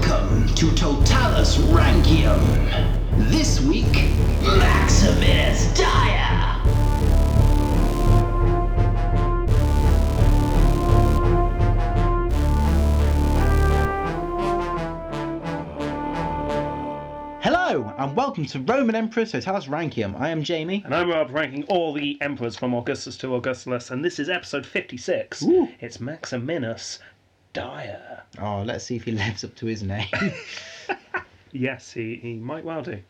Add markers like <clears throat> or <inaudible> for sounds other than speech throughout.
to Totalis Rankium. This week, Maximus Dyer. Hello and welcome to Roman Emperor Totalis Rankium. I am Jamie. And I'm Rob, ranking all the emperors from Augustus to Augustulus, and this is episode 56. Ooh. It's Maximinus Dyer. Oh, let's see if he <laughs> lives up to his name. Yes, he, he might well do.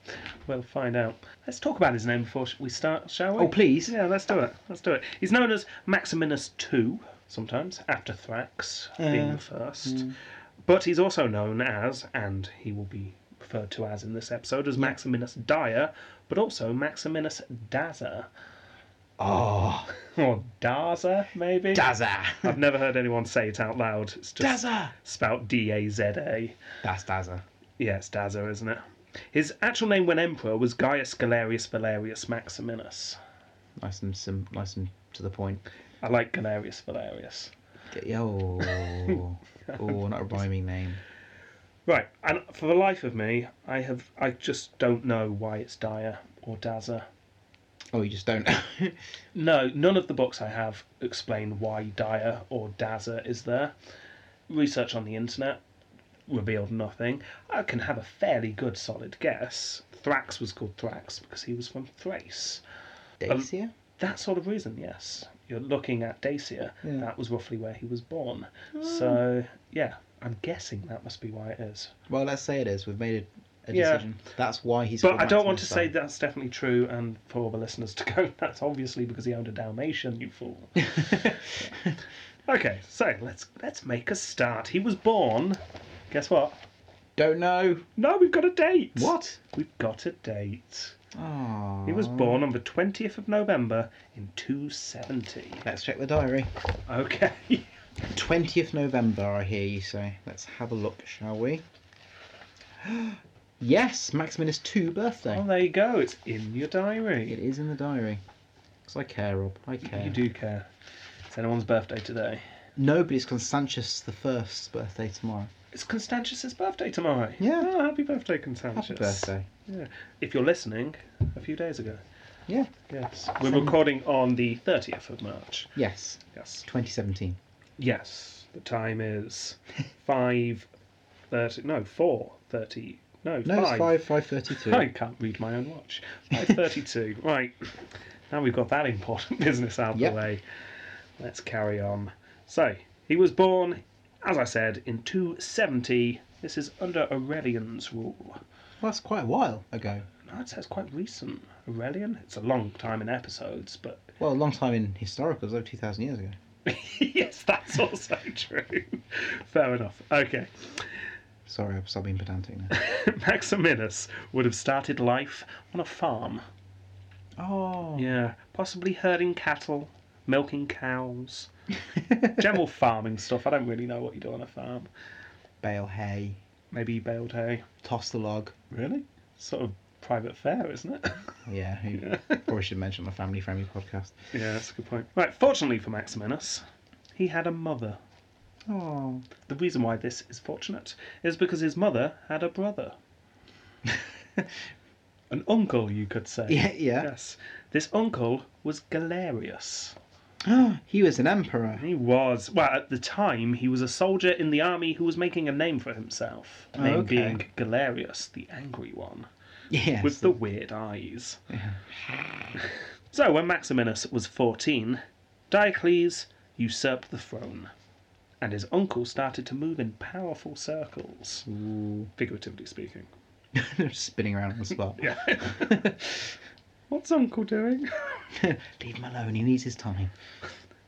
We'll find out. Let's talk about his name before sh- we start, shall we? oh, please. Yeah, let's do it. Let's do it. He's known as Maximinus II, sometimes, after Thrax being the first. But he's also known as, and he will be referred to as in this episode, as Maximinus Dyer, but also Maximinus Daza. Oh, <laughs> Or Daza, maybe? Dazza. I've never heard anyone say it out loud. It's just Dazza. spout D A Z A. That's Dazza. Yeah, it's Daza, isn't it? His actual name when emperor was Gaius Galerius Valerius Maximinus. Nice and sim- nice and to the point. I like Galerius Valerius. <laughs> Get- Oh, oh, not a rhyming name. Right, and for the life of me, I have I just don't know why it's Dyer or Daza. Oh, you just don't. <laughs> No, none of the books I have explain why Dyer or Daza is there. Research on the internet revealed nothing. I can have a fairly good solid guess. Thrax was called Thrax because he was from Thrace. Um, Dacia? That sort of reason, yes. You're looking at Dacia. Yeah. That was roughly where he was born. So, yeah, I'm guessing that must be why it is. Well, let's say it is. We've made a, a Yeah. decision. That's why he's. But called I don't want to Maximus say Dyer. that's definitely true, and for all the listeners to go, <laughs> that's obviously because he owned a Dalmatian, you fool. okay, so let's let's make a start. He was born. Guess what? <laughs> Don't know No, we've got a date. what. We've got a date. Oh. He was born on the twentieth of November in two seventy. Let's check the diary. Okay. <laughs> 20th November, I hear you say. Let's have a look, shall we? <gasps> yes, Maximinus 2 birthday. Well, there you go. It's in your It diary. is in the diary. Because I care, Rob. I care. You do care. It's anyone's birthday today. No, but it's Constantius the First's birthday tomorrow. It's Constantius's birthday tomorrow. Yeah. Oh, happy birthday, Happy Constantius. birthday. Yeah. If you're listening, a few days ago. Yeah. Yes. We're Same. recording on the 30th of March. Yes, Yes. 2017. Yes. The time is 5.30, no, 4.30, no, No, 5. it's 5, 5.32. I can't read my own watch. <laughs> 5.32. right. Now we've got that important <laughs> business out of Yep. the way. Let's carry on. So, he was born, as I said, in 270. This is under Aurelian's rule. Well, that's quite a while ago. I'd say it's quite recent. Aurelian? It's a long time in episodes, but <laughs> Well, a long time in historical, it was over 2,000 years ago. yes, that's also <laughs> true. Fair enough. Okay. Sorry, I've stopped being pedantic now. <laughs> Maximinus would have started life on a farm. Oh. <laughs> Yeah. Possibly herding cattle, milking <laughs> cows, general farming stuff. I don't really know what you do on a farm. Bale hay, Maybe you baled hay. toss the log. Really? Sort of private fare, isn't it? <laughs> Yeah, who probably should mention my family friendly podcast. yeah, that's a good point. Right, fortunately for Maximinus, he had a mother. Oh. <gasps> The reason why this is fortunate is because his mother had a brother. <laughs> An uncle, you could say. Yeah, yeah. Yes. This uncle was Galerius. he was an emperor. He was, well, at the time, he was a soldier in the army who was making a name for himself. The Oh, name okay. being Galerius, the angry one, Yes. with the weird eyes. <laughs> so, when Maximinus was 14, Diocles usurped the throne, and his uncle started to move in powerful circles, Ooh. figuratively speaking. spinning around on the <laughs> spot. Yeah. What's uncle doing? <laughs> Leave him alone, he needs his time.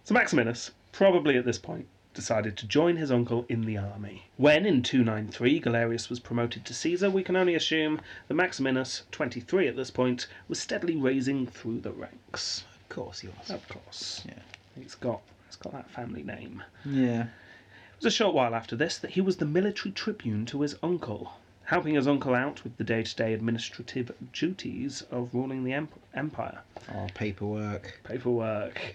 So Maximinus, probably at this point, decided to join his uncle in the army. When in 293 Galerius was promoted to Caesar, we can only assume that Maximinus, 23 at this point, was steadily raising through the ranks. Of course he was. Of course. Yeah. He's got he's got that family name. Yeah. It was a short while after this that he was the military tribune to his uncle, helping his uncle out with the day-to-day administrative duties of ruling the emp- empire. Oh, <laughs> paperwork. <sighs> Paperwork.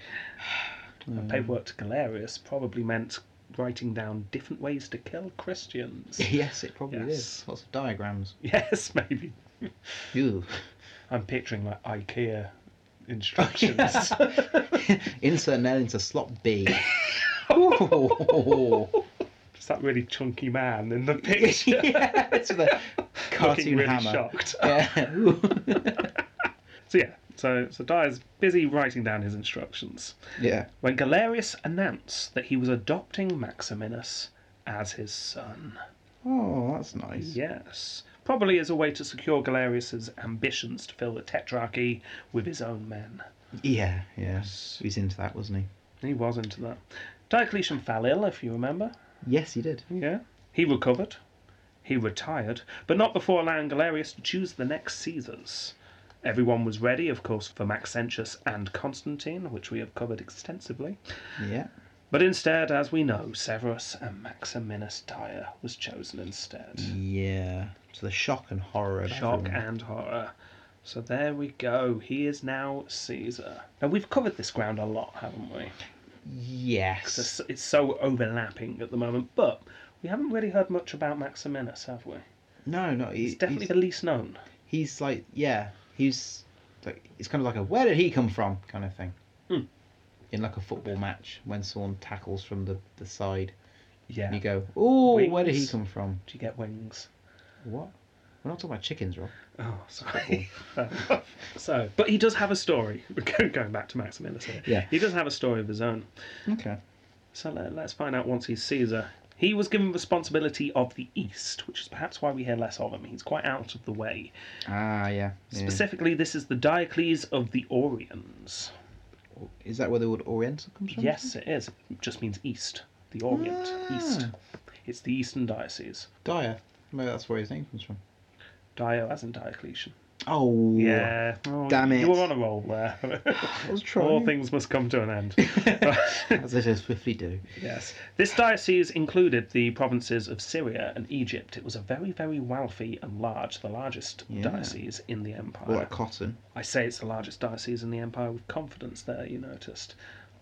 And paperwork to Galerius probably meant writing down different ways to kill <laughs> Christians. <laughs> yes, it probably Yes. is. Lots of diagrams. yes, maybe. Ew. I'm picturing like IKEA instructions. <laughs> Insert nail into slot B. <laughs> Oh. <laughs> <laughs> Ooh. It's that really chunky man in <laughs> the picture. <laughs> yeah, it's with a Looking cartoon really hammer. shocked. <laughs> <laughs> Yeah. <laughs> Ooh. So yeah, so so Dyer's busy writing down his instructions. yeah. When Galerius announced that he was adopting Maximinus as his son. Oh, that's nice. Yes. Probably as a way to secure Galerius's ambitions to fill the tetrarchy with his own men. Yeah, yeah. He was into that, wasn't he? He was into that. Diocletian fell ill, if you remember. Yes, he did. Yeah. He recovered. He retired, but not before allowing Galerius to choose the next Caesars. Everyone was ready, of course, for Maxentius and Constantine, which we have covered extensively. Yeah. But instead, as we know, Severus and Maximinus Dyer was chosen instead. Yeah. So the shock and horror. of Shock everyone. and horror. So there we go. He is now Caesar. Now we've covered this ground a lot, haven't we? Yes. It's, it's so overlapping at the moment, but we haven't really heard much about Maximinus, have we? No, no. He, He's definitely he's, the least known. he's like, yeah. He's like, it's kind of like a where did he come from kind of thing. Hmm. In like a football match when someone tackles from the, the side, Yeah. and you go, oh, where did he Wings. come from? Do you get wings? What? We're not talking about chickens, Rob. Oh, sorry. <laughs> so, but he does have a story. <laughs> We're go- going back to Maximinus here. Yeah. He does have a story of his own. Okay. So let, us find out once he's Caesar. He was given responsibility of the East, which is perhaps why we hear less of him. He's quite out of the way. Ah, yeah. yeah. Specifically, this is the Diocles of the Orions. Is that where the word Oriental comes from? Yes, it is. It just means East. The Orient. Ah. East. It's the Eastern Diocese. Dyer. Maybe that's where his name comes from. Dio as in Diocletian. Oh. Yeah. Oh, Damn You it. were on a roll <laughs> there. I was trying. All things must come to <laughs> an end. As they so swiftly do. Yes. This diocese included the provinces of Syria and Egypt. It was a very, very wealthy and large, the largest Yeah. diocese in the empire. Or like cotton. I say it's the largest diocese in the empire with confidence there, you noticed.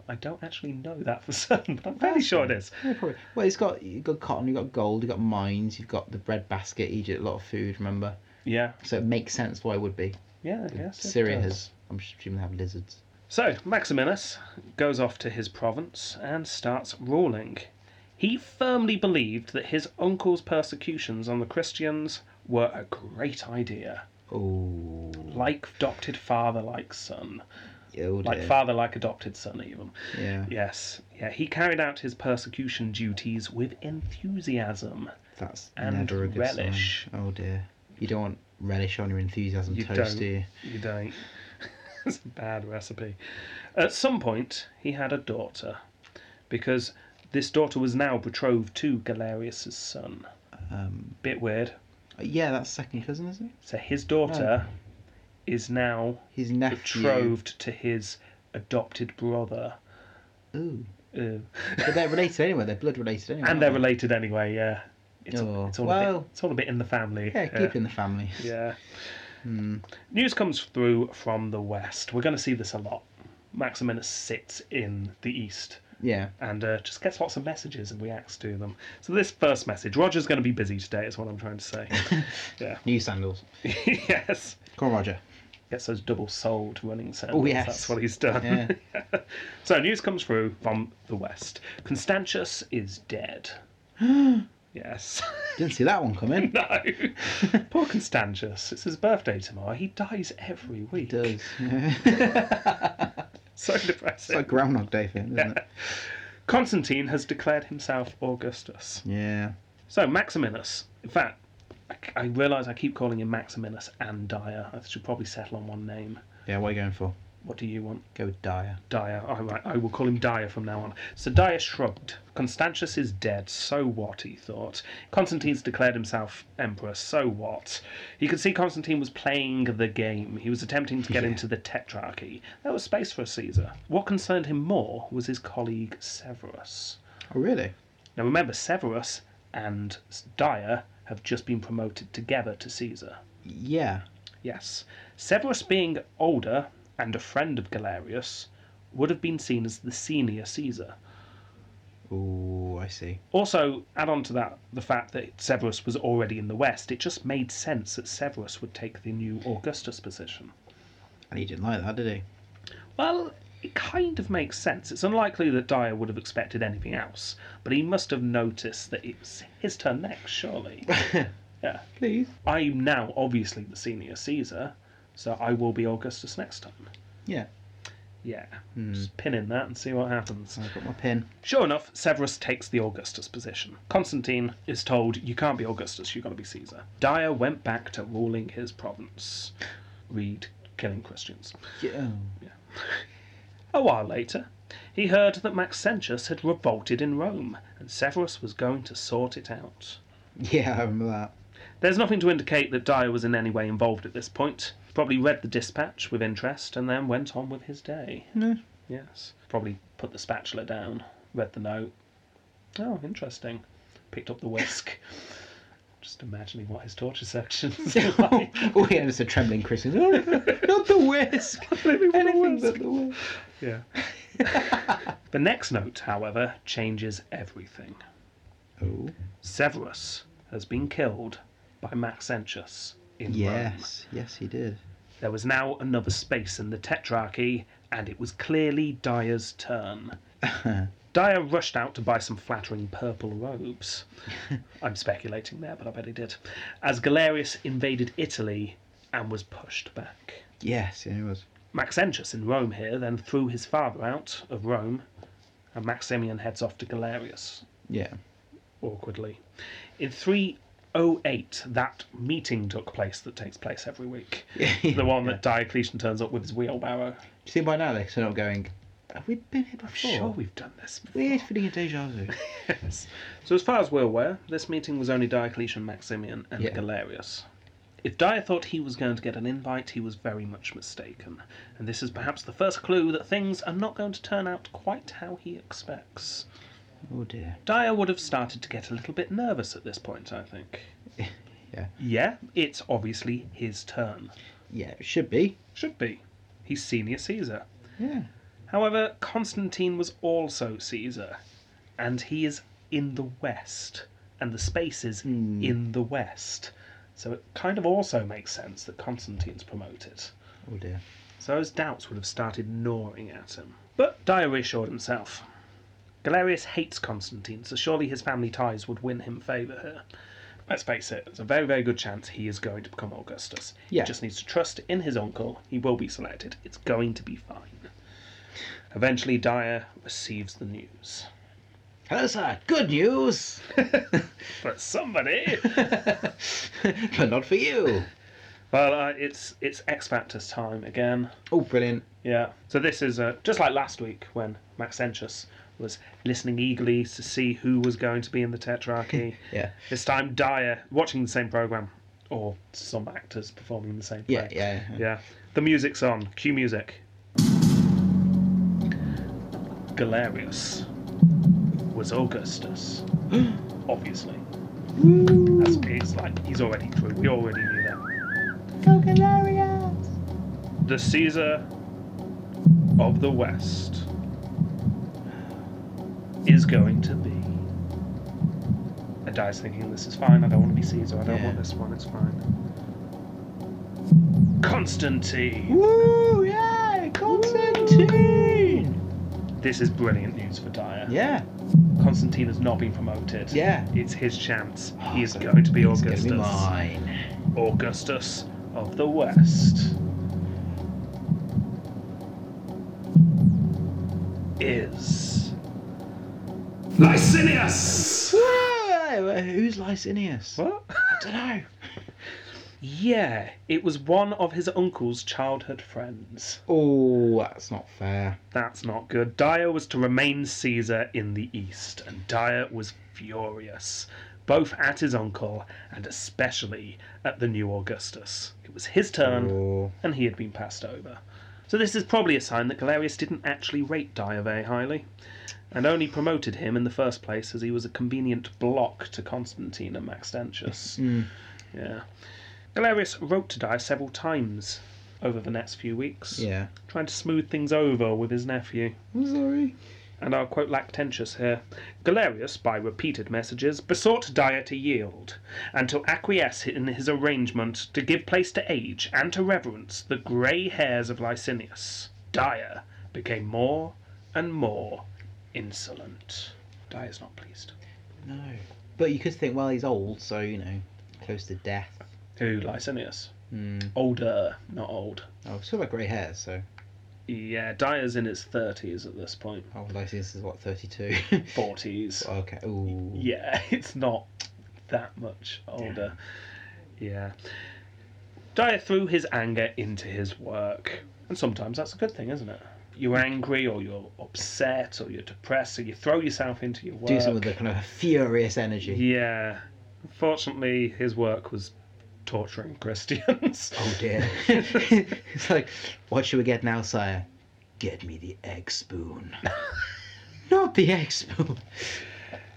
I don't actually know that for <laughs> certain, but I'm fairly sure it is. Yeah, probably. Well, it's got you've got cotton, you've got gold, you've got mines, you've got the bread basket, Egypt, a lot of food. Remember, Yeah, so it makes sense why it would be. yeah, yes. it Syria does. has, I'm assuming, they have lizards. So, Maximinus goes off to his province and starts ruling. He firmly believed that his uncle's persecutions on the Christians were a great idea. Oh, like adopted father, like son, oh like dear. father, like adopted son, even. yeah, Yes, yeah. He carried out his persecution duties with enthusiasm. that's and never a good sign. relish. Oh dear, you don't want relish on your enthusiasm You toast, don't. do you? You don't. <laughs> it's a bad recipe. At some point, he had a daughter, because this daughter was now betrothed to Galerius's son. Um, Bit weird. yeah, that's second cousin, isn't it? So his daughter Oh. is now His nephew. betrothed to his adopted brother. Ooh, Ew. but they're related anyway. They're blood related anyway. and they're aren't related anyway. Yeah, it's, Oh, it's all a well. bit, it's all a bit in the family. Uh, they? Yeah, keep it Hmm. in the family. yeah. News comes through from the west. We're going to see this a lot. Maximinus sits in the east Yeah. and uh, just gets lots of messages and reacts to them. So this first message, Roger's going to be busy today, is what I'm trying <laughs> to say. yeah. <laughs> New sandals. yes. Come on, Roger. Gets those double-soled running sandals. Oh, yes. That's what he's done. Yeah. <laughs> So news comes through from the west. Constantius is <gasps> dead. yes. <laughs> Didn't see that one coming. <laughs> No. Poor Constantius. It's his birthday tomorrow. He dies every week. does. Yeah. <laughs> So depressing. It's like Groundhog Day for him, isn't it? Constantine has declared himself Augustus. Yeah. So Maximinus. In fact, I, I realise I keep calling him Maximinus and Dyer. I should probably settle on one name. Yeah, what are you going for? What do you want? Go with Dyer. Dyer. All right, I will call him Dyer from now on. So Dyer shrugged. Constantius is dead, so what, he thought. Constantine's declared himself emperor, so what. He could see Constantine was playing the game. He was attempting to get into the tetrarchy. There was space for a Caesar. What concerned him more was his colleague Severus. Oh, really? Now remember, Severus and Dyer have just been promoted together to Caesar. Yeah. Yes. Severus being older and a friend of Galerius would have been seen as the senior Caesar. Ooh, I see. Also, add on to that the fact that Severus was already in the West. It just made sense that Severus would take the new Augustus position. And he didn't like that, did he? Well, it kind of makes sense. It's unlikely that Dyer would have expected anything else, but he must have noticed that it was his turn next, surely. yeah. Please. I'm now obviously the senior Caesar, so I will be Augustus next time. Yeah. Yeah. Just pin in that and see what happens. I've got my pin. Sure enough, Severus takes the Augustus position. Constantine is told, You can't be Augustus, you've got to be Caesar. Dyer went back to ruling his province. Read killing Christians. Yeah. A while later, he heard that Maxentius had revolted in Rome, and Severus was going to sort it out. Yeah, I remember <laughs> that. There's nothing to indicate that Dyer was in any way involved at this point. Probably read the dispatch with interest and then went on with his day. No. Yes. Probably put the spatula down, read the note. Oh, interesting. Picked up the whisk. <laughs> Just imagining what his torture <laughs> sections are like. oh, yeah, just a trembling Christian. Oh, <laughs> not the <laughs> whisk. Anything whisk. but the whisk. Yeah. <laughs> the next note, however, changes everything. Oh. Severus has been killed by Maxentius in Rome. Yes. Yes, he did. There was now another space in the Tetrarchy, and it was clearly Dyer's turn. Dyer rushed out to buy some flattering purple robes. I'm speculating there, but I bet he did. As Galerius invaded Italy and was pushed back. Yes, yeah, he was. Maxentius in Rome here then threw his father out of Rome, and Maximian heads off to Galerius Yeah. awkwardly. In 308, that meeting took place that takes place every week. The one that Diocletian turns up with his wheelbarrow. See, by now, they're not going, have we been here before? I'm sure Oh, we've done this. Weird feeling of deja vu. <laughs> Yes. So, as far as we're aware, this meeting was only Diocletian, Maximian, and Yeah. Galerius. If Dyer thought he was going to get an invite, he was very much mistaken. And this is perhaps the first clue that things are not going to turn out quite how he expects. oh, dear. Dyer would have started to get a little bit nervous at this point, I think. Yeah. Yeah, it's obviously his turn. Yeah, it should be. Should be. He's senior Caesar. Yeah. However, Constantine was also Caesar, and he is in the West, and the space is Hmm. in the West. So it kind of also makes sense that Constantine's promoted. Oh, dear. So his doubts would have started gnawing at him. But Dyer reassured himself. Galerius hates Constantine, so surely his family ties would win him favour here. Let's face it, there's a very, very good chance he is going to become Augustus. Yeah. He just needs to trust in his uncle. He will be selected. It's going to be fine. Eventually, Dyer receives the news. Hello, sir. Good <laughs> news. But somebody. but not for you. well, uh, it's it's X Factor's time again. Oh, brilliant. Yeah. So this is uh, just like last week when Maxentius was listening eagerly to see who was going to be in the Tetrarchy. <laughs> Yeah. This time, Dyer watching the same program, or some actors performing the same. Yeah, play. yeah. <laughs> Yeah. The music's on. Cue music. Galerius was Augustus, obviously. That's, it's like he's already through. We already knew that. The Caesar of the West is going to be. And Di's thinking, this is fine. I don't want to be Caesar. I don't Yeah. want this one. It's fine. Constantine. Woo! Yeah! Constantine! This is brilliant news for Dyer. Yeah. Constantine has not been promoted. Yeah. Ah, It's his chance. He is so going to be It's going Augustus. to be mine. Augustus of the West is Licinius. Whoa! Who's Licinius? What? I don't know. Yeah, it was one of his uncle's childhood friends. Oh, that's not fair. That's not good. Dyer was to remain Caesar in the East, and Dyer was furious, both at his uncle and especially at the new Augustus. It was his turn. Oh. and he had been passed over. So this is probably a sign that Galerius didn't actually rate Dyer very highly, and only promoted him in the first place as he was a convenient block to Constantine and Maxentius. Yeah. Galerius wrote to Dyer several times over the next few weeks, Yeah. trying to smooth things over with his nephew. I'm sorry. And I'll quote Lactantius here. Galerius, by repeated messages, besought Dyer to yield, and to acquiesce in his arrangement to give place to age and to reverence the grey hairs of Licinius. Dyer became more and more insolent. Dyer's not pleased. No. But you could think, well, he's old, so, you know, close to death. Who, Licinius? Hmm. Older, not old. Oh, still got grey hair, so. Yeah, Dyer's in his 30s at this point. Oh, Lysias is what, 32? 40s. <laughs> okay. Ooh. Yeah, <laughs> it's not that much older. Yeah. Dyer threw his anger into his work. And sometimes that's a good thing, isn't it? You're angry or you're upset or you're depressed, so you throw yourself into your work. Do some of the kind of furious energy. <laughs> Yeah. Unfortunately, his work was torturing <laughs> Christians. Oh <laughs> dear. it's like, what should we get now, sire? Get me the egg <laughs> spoon. Not the egg spoon.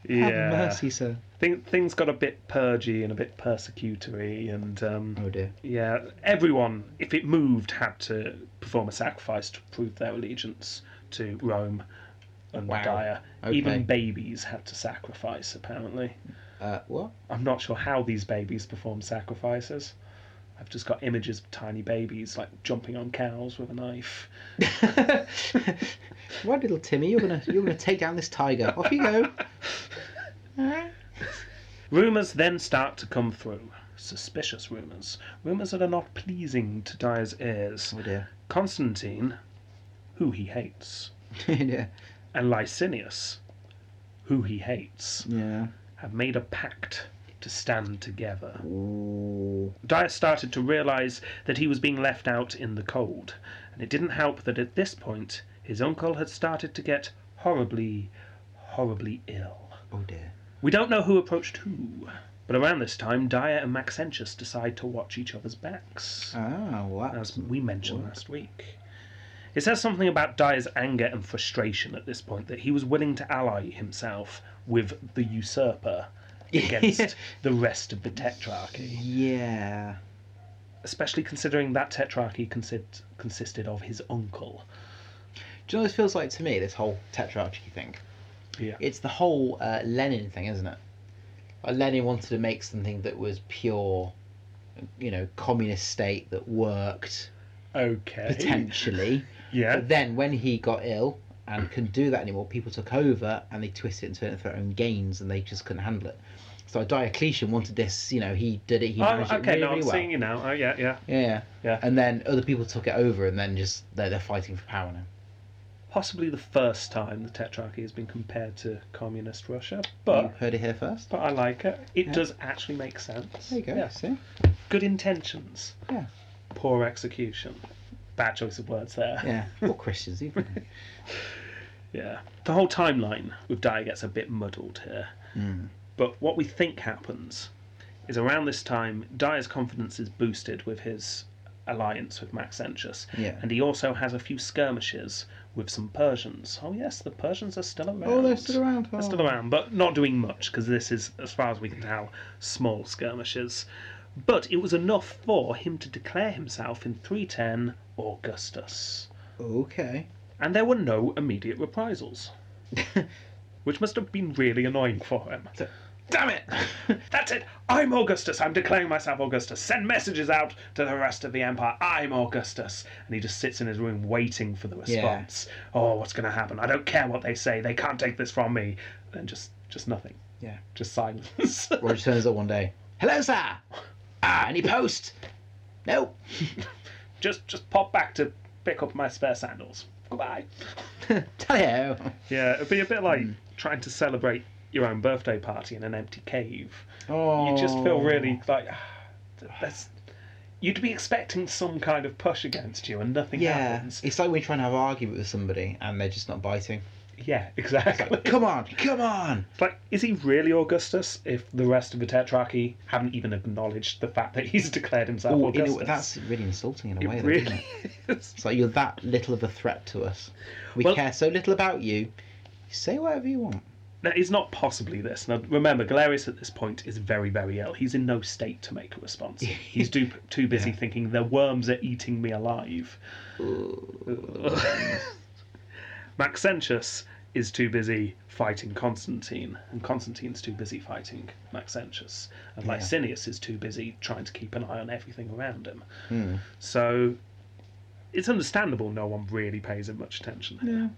yeah. Have mercy, sir. Thing, things got a bit purgy and a bit persecutory, and um, Oh dear. Yeah, everyone, if it moved, had to perform a sacrifice to prove their allegiance to Rome and Wow. Dyer. Okay. Even babies had to sacrifice, apparently. Uh, what? <laughs> I'm not sure how these babies perform sacrifices. I've just got images of tiny babies like jumping on cows with a knife. right, little Timmy, you're gonna you're gonna take down this tiger. Off you <laughs> go. Alright. Rumours then start to come through. Suspicious rumours. Rumours that are not pleasing to Dyer's ears. Oh dear. <laughs> Constantine, who he hates, yeah. and Licinius, who he hates, Yeah. have made a pact to stand together. Ooh. Dyer started to realise that he was being left out in the cold, and it didn't help that at this point his uncle had started to get horribly, horribly ill. Oh dear. We don't know who approached who, but around this time Dyer and Maxentius decide to watch each other's backs Ah, well that's as we mentioned last week. It says something about Dyer's anger and frustration at this point that he was willing to ally himself with <laughs> the usurper against the rest of the Tetrarchy, Yeah. especially considering that Tetrarchy consist- consisted of his uncle. Do you know what this feels like to me, this whole tetrarchy thing? Yeah. It's the whole uh, Lenin thing, isn't it? Like Lenin wanted to make something that was pure, you know, communist state that worked Okay. potentially. Yeah. But then when he got ill and couldn't do that anymore, people took over and they twisted it and turned it for their own gains and they just couldn't handle it. So Diocletian wanted this, you know, he did it, he Oh, managed it okay. really, No, I'm really well. seeing you now. Oh, yeah, yeah. Yeah. Yeah. And then other people took it over and then just they're, they're fighting for power now. Possibly the first time the Tetrarchy has been compared to communist Russia, you but heard it here first. but I like it. It does actually make sense. There you go. Yeah. See? good intentions. Yeah. Poor execution. Bad choice of words there. <laughs> Yeah. Or Christians even. Yeah. The whole timeline with Dyer gets a bit muddled here. Mm. But what we think happens is around this time, Dyer's confidence is boosted with his alliance with Maxentius. Yeah. And he also has a few skirmishes with some Persians. Oh, yes, the Persians are still around. Oh, they're still around. They're still around, but not doing much because this is, as far as we can tell, small skirmishes. But it was enough for him to declare himself in 310 Augustus. Okay. And there were no immediate <laughs> reprisals, which must have been really annoying for him. Damn it! <laughs> That's it! I'm Augustus! I'm declaring myself Augustus! Send messages out to the rest of the empire! I'm Augustus! And he just sits in his room waiting for the response. Oh, what's going to happen? I don't care what they say. They can't take this from me. And just, just nothing. Yeah. Just silence. <laughs> Roger turns up one day. Hello, sir. Ah, any post? No. just, just pop back to pick up my spare sandals. Goodbye. Hello. Yeah, it'd be a bit like trying to celebrate your own birthday party in an empty cave. Oh. You just feel really like <sighs> "Ah, th- that's. You'd be expecting some kind of push against you, and nothing Yeah. happens. It's like when you're trying to have an argument with somebody and they're just not biting. Yeah, <laughs> exactly. Come on, come on. It's like, is he really Augustus if the rest of the Tetrarchy haven't even acknowledged the fact that he's declared himself Ooh, in a- Augustus? that's really insulting in a it way, though, isn't really it? <laughs> <laughs> is. It's like you're that little of a threat to us. We Well- care so little about you. You say whatever you want. Now, it's not possibly this. Now, remember, Galerius at this point is very, very ill. He's in no state to make a response. He's too, too busy thinking, the worms are eating me alive. Maxentius is too busy fighting Constantine, and Constantine's too busy fighting Maxentius, and Yeah. Licinius is too busy trying to keep an eye on everything around him. So it's understandable no one really pays him much attention.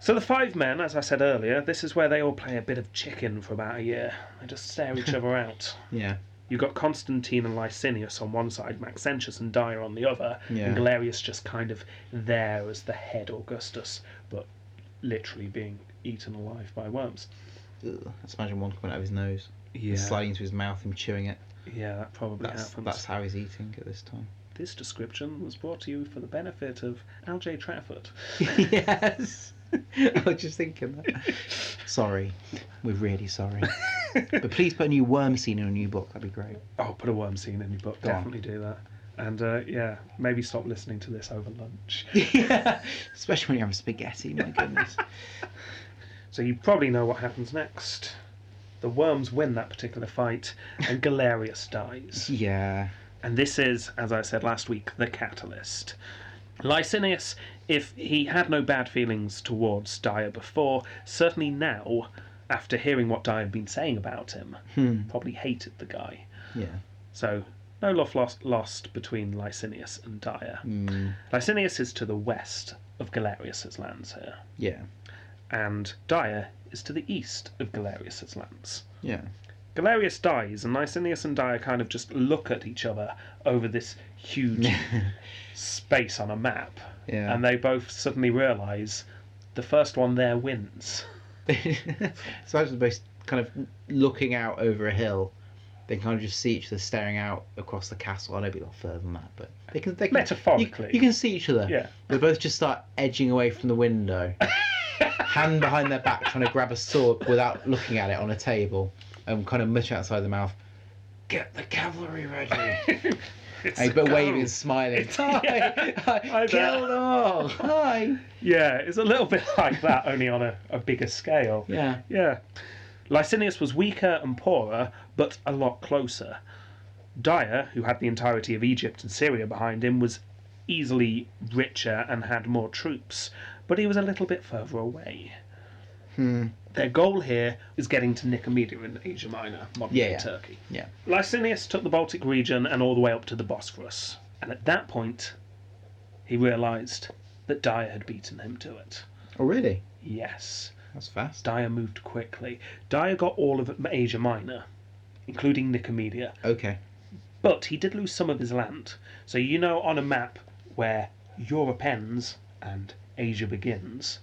So the five men, as I said earlier, this is where they all play a bit of chicken for about a year. They just stare <laughs> each other out. Yeah. You've got Constantine and Licinius on one side, Maxentius and Dyer on the other, Yeah. and Galerius just kind of there as the head Augustus, but literally being eaten alive by worms. Ugh, let's imagine one coming out of his nose, Yeah, sliding into his mouth, him chewing it. yeah, that probably That's happens. that's how he's eating at this time. This description was brought to you for the benefit of Al J. Trafford. <laughs> yes. I was just thinking that. Sorry, we're really sorry. but please put a new worm scene in a new book. That'd be great. <laughs> Oh, put a worm scene in your book. Go on. Definitely do that. And uh, yeah, maybe stop listening to this over lunch. yeah. Especially when you're having spaghetti. My goodness. So you probably know what happens next. The worms win that particular fight, and Galerius <laughs> dies. yeah. And this is, as I said last week, the catalyst. Licinius, if he had no bad feelings towards Dyer before, certainly now, after hearing what Dyer had been saying about him, Hmm. probably hated the guy. Yeah. So, no love lost, lost between Licinius and Dyer. Mm. Licinius is to the west of Galerius's lands here, Yeah. and Dyer is to the east of Galerius's lands. Yeah. Galerius dies, and Licinius and Dyer kind of just look at each other over this huge space on a map, Yeah. and they both suddenly realise the first one there wins. <laughs> <laughs> so I was both kind of looking out over a hill. They kind of just see each other staring out across the castle. I know it'd be a lot further than that, but they can. They can you- Metaphorically. you, can see each other. Yeah. They both just start edging away from the <laughs> window, hand behind their back, trying to grab a sword without looking at it on a table, and kind of muttering outside the mouth, "Get the cavalry <laughs> ready." It's and he's but go. waving and smiling. Hi, <laughs> yeah, hi, I kill bet. them all. Hi. Yeah, it's a little bit like that, only on a, a bigger scale. Yeah. Yeah. Licinius was weaker and poorer, but a lot closer. Dyer, who had the entirety of Egypt and Syria behind him, was easily richer and had more troops, but he was a little bit further away. Hmm. Their goal here is getting to Nicomedia in Asia Minor, modern Yeah, day yeah. Turkey. Yeah. Licinius took the Baltic region and all the way up to the Bosphorus, and at that point, he realised that Dyer had beaten him to it. Oh, really? Yes. That's fast. Dyer moved quickly. Dyer got all of Asia Minor, including Nicomedia, Okay. but he did lose some of his land. So you know on a map where Europe ends and Asia begins,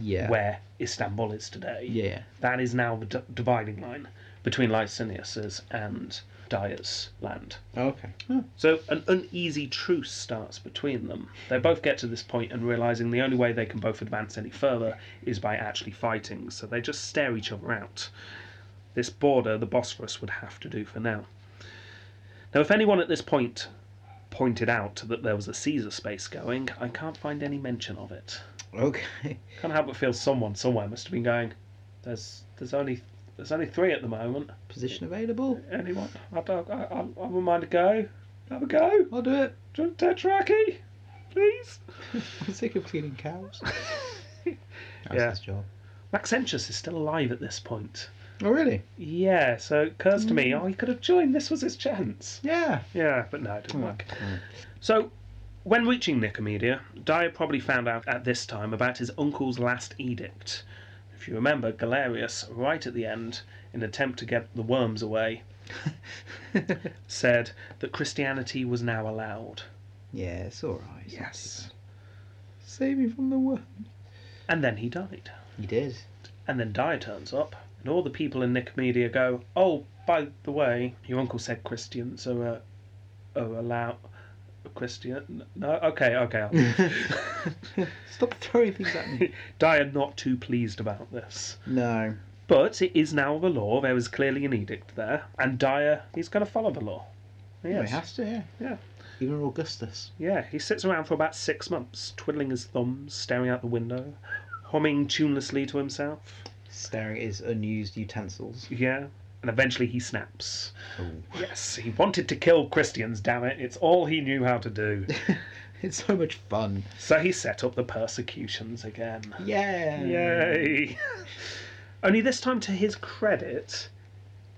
Yeah. where Istanbul is today. Yeah. That is now the d- dividing line between Licinius's and Dyer's land. Oh, okay. Oh, So an uneasy truce starts between them. They both get to this point and realizing the only way they can both advance any further is by actually fighting. So they just stare each other out. This border the Bosphorus would have to do for now. Now, if anyone at this point pointed out that there was a Caesar space going, I can't find any mention of it. okay. <laughs> Can't help but feel someone somewhere must have been going. There's there's only there's only three at the moment. Position available. Anyone? I don't. I, I, I wouldn't mind a go. Have a go. I'll do it. <laughs> Tetrarchy, please. I'm sick of cleaning <laughs> cows. That's Yeah. his job. Maxentius is still alive at this point. Oh, really? Yeah, so it occurs to Hmm. me, oh, he could have joined. This was his chance. Yeah. Yeah, but no, it didn't Hmm. work. Hmm. So, when reaching Nicomedia, Dyer probably found out at this time about his uncle's last edict. If you remember, Galerius, right at the end, in an attempt to get the worms away, said that Christianity was now allowed. <laughs> yeah, it's all right. It's not too Yes. bad. Save me from the worm. And then he died. He did. And then Dyer turns up, and all the people in Nicomedia go, "Oh, by the way, your uncle said Christians are uh, are allowed." Christian? No. Okay. Okay. <laughs> Stop throwing things at me. <laughs> Dyer not too pleased about this, <laughs> no. but it is now the law. There is clearly an edict there, and Dyer he's going to follow the law. No, he Yes. has to, yeah. Yeah. Even Augustus. Yeah. He sits around for about six months, twiddling his thumbs, staring out the window, humming tunelessly to himself. Staring at his unused utensils. Yeah. And eventually he snaps. Oh. <laughs> Yes, he wanted to kill Christians, damn it. It's all he knew how to do. It's so much fun. So he set up the persecutions again. Yeah. Yay! Only this time, to his credit,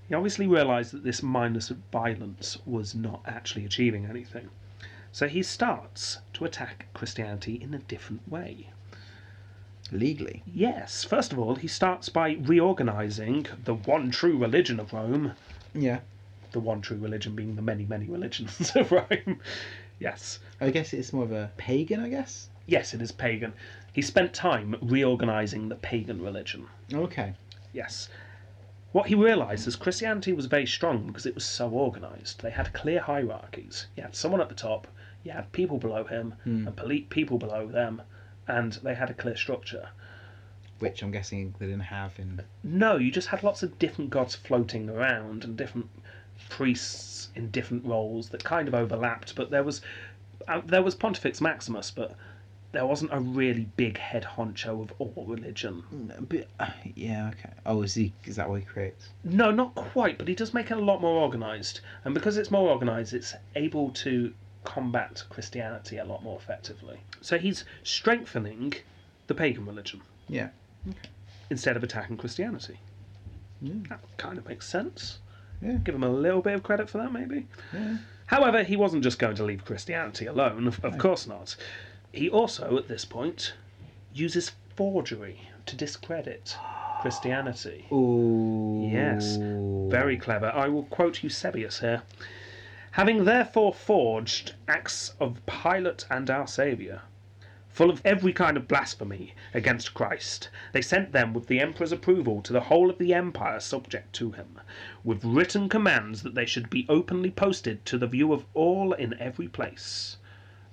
he obviously realised that this mindless violence was not actually achieving anything. So he starts to attack Christianity in a different way. Legally. Yes, first of all, he starts by reorganising the one true religion of Rome, Yeah. the one true religion being the many, many religions <laughs> of Rome. Yes. I guess it's more of a pagan, I guess. Yes, it is pagan. He spent time reorganising the pagan religion. Okay. Yes. What he realised is Christianity was very strong because it was so organised. They had clear hierarchies. You had someone at the top, you had people below him, and poli- people below them, and they had a clear structure. Which I'm guessing they didn't have in. No, you just had lots of different gods floating around and different priests in different roles that kind of overlapped, but there was uh, there was Pontifex Maximus, but there wasn't a really big head honcho of all religion. But, uh, yeah. Okay. Oh, is he? Is that what he creates? No, not quite, but he does make it a lot more organised. And because it's more organised, it's able to combat Christianity a lot more effectively. So he's strengthening the pagan religion Yeah. instead of attacking Christianity. Yeah. That kind of makes sense. Yeah. Give him a little bit of credit for that, maybe. Yeah. However, he wasn't just going to leave Christianity alone, of, of course not. He also, at this point, uses forgery to discredit Christianity. Ooh. Yes, Very clever. I will quote Eusebius here. Having therefore forged acts of Pilate and our Saviour, full of every kind of blasphemy against Christ, they sent them with the emperor's approval to the whole of the empire subject to him, with written commands that they should be openly posted to the view of all in every place,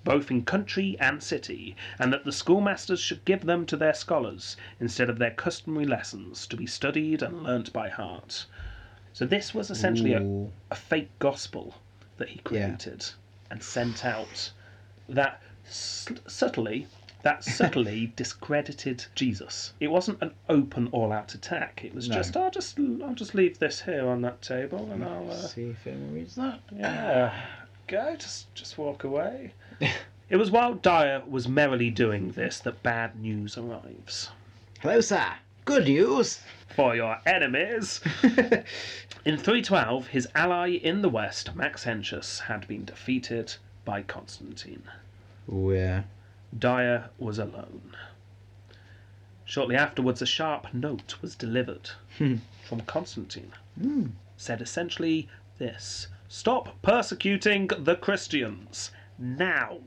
both in country and city, and that the schoolmasters should give them to their scholars instead of their customary lessons to be studied and learnt by heart. So this was essentially a Ooh. a fake gospel that he created and sent out that s- subtly <laughs> that subtly discredited Jesus. It wasn't an open all-out attack. It was No. just I'll just I'll just leave this here on that table and I'll uh, See if anyone reads that. yeah go just just walk away. it was while Dyer was merrily doing this that bad news arrives Hello, sir. Good news. <laughs> for your enemies. In 312, his ally in the west, Max Hentius, had been defeated by Constantine. Ooh, yeah. Dyer was alone. Shortly afterwards, a sharp note was delivered from Constantine. Said essentially this Stop persecuting the Christians now.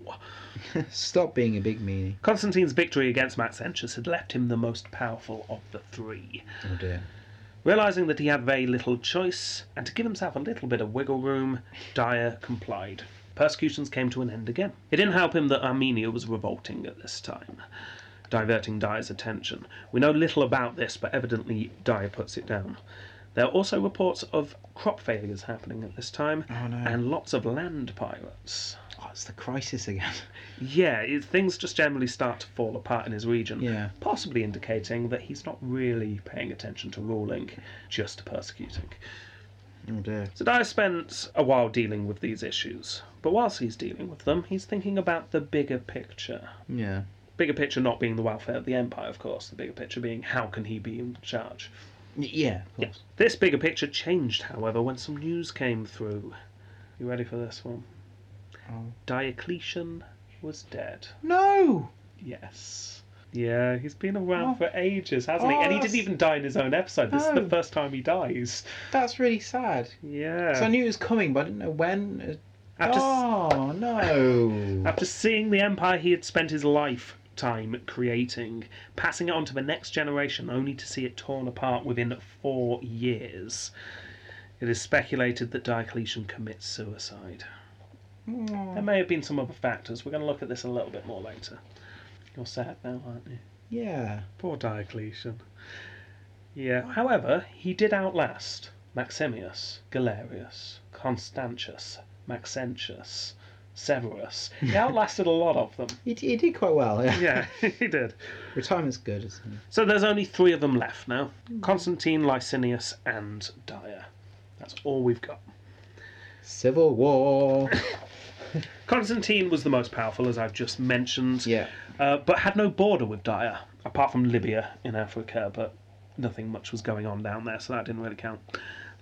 Stop being a big meanie. Constantine's victory against Max Hentius had left him the most powerful of the three. Oh dear. Realising that he had very little choice, and to give himself a little bit of wiggle room, Dyer complied. Persecutions came to an end again. It didn't help him that Armenia was revolting at this time, diverting Dyer's attention. We know little about this, but evidently Dyer puts it down. There are also reports of crop failures happening at this time, Oh, no. and lots of land pirates. Oh, it's the crisis again. <laughs> Yeah, it, things just generally start to fall apart in his region. Yeah. Possibly indicating that he's not really paying attention to ruling, just persecuting. Oh dear. So Dyer spends a while dealing with these issues. But whilst he's dealing with them, he's thinking about the bigger picture. Yeah. Bigger picture not being the welfare of the empire, of course. The bigger picture being how can he be in charge. Y- yeah. Of course. This bigger picture changed, however, when some news came through. You ready for this one? Oh. Diocletian was dead. No. Yes. Yeah, he's been Oh. around for ages, hasn't he? Oh, And he that's- Oh. didn't even die in his own episode. This is No. the first time he dies. That's really sad. Yeah. So I knew it was coming, but I didn't know when. After s- oh no. <laughs> After seeing the empire he had spent his lifetime creating, passing it on to the next generation only to see it torn apart within four years, it is speculated that Diocletian commits suicide. Aw. There may have been some other factors. We're going to look at this a little bit more later. You're sad now, aren't you? Yeah. Poor Diocletian. Yeah, however, he did outlast Maximius, Galerius, Constantius, Maxentius, Severus. <laughs> He outlasted a lot of them. He, d- he did quite well. Yeah. Yeah, <laughs> he did. Retirement's good, isn't it? So there's only three of them left now Constantine, Licinius, and Dyer. That's all we've got. Civil War. Constantine was the most powerful, as I've just <laughs> mentioned. Yeah. Uh, but had no border with Dyer, apart from Libya in Africa, but nothing much was going on down there, so that didn't really count.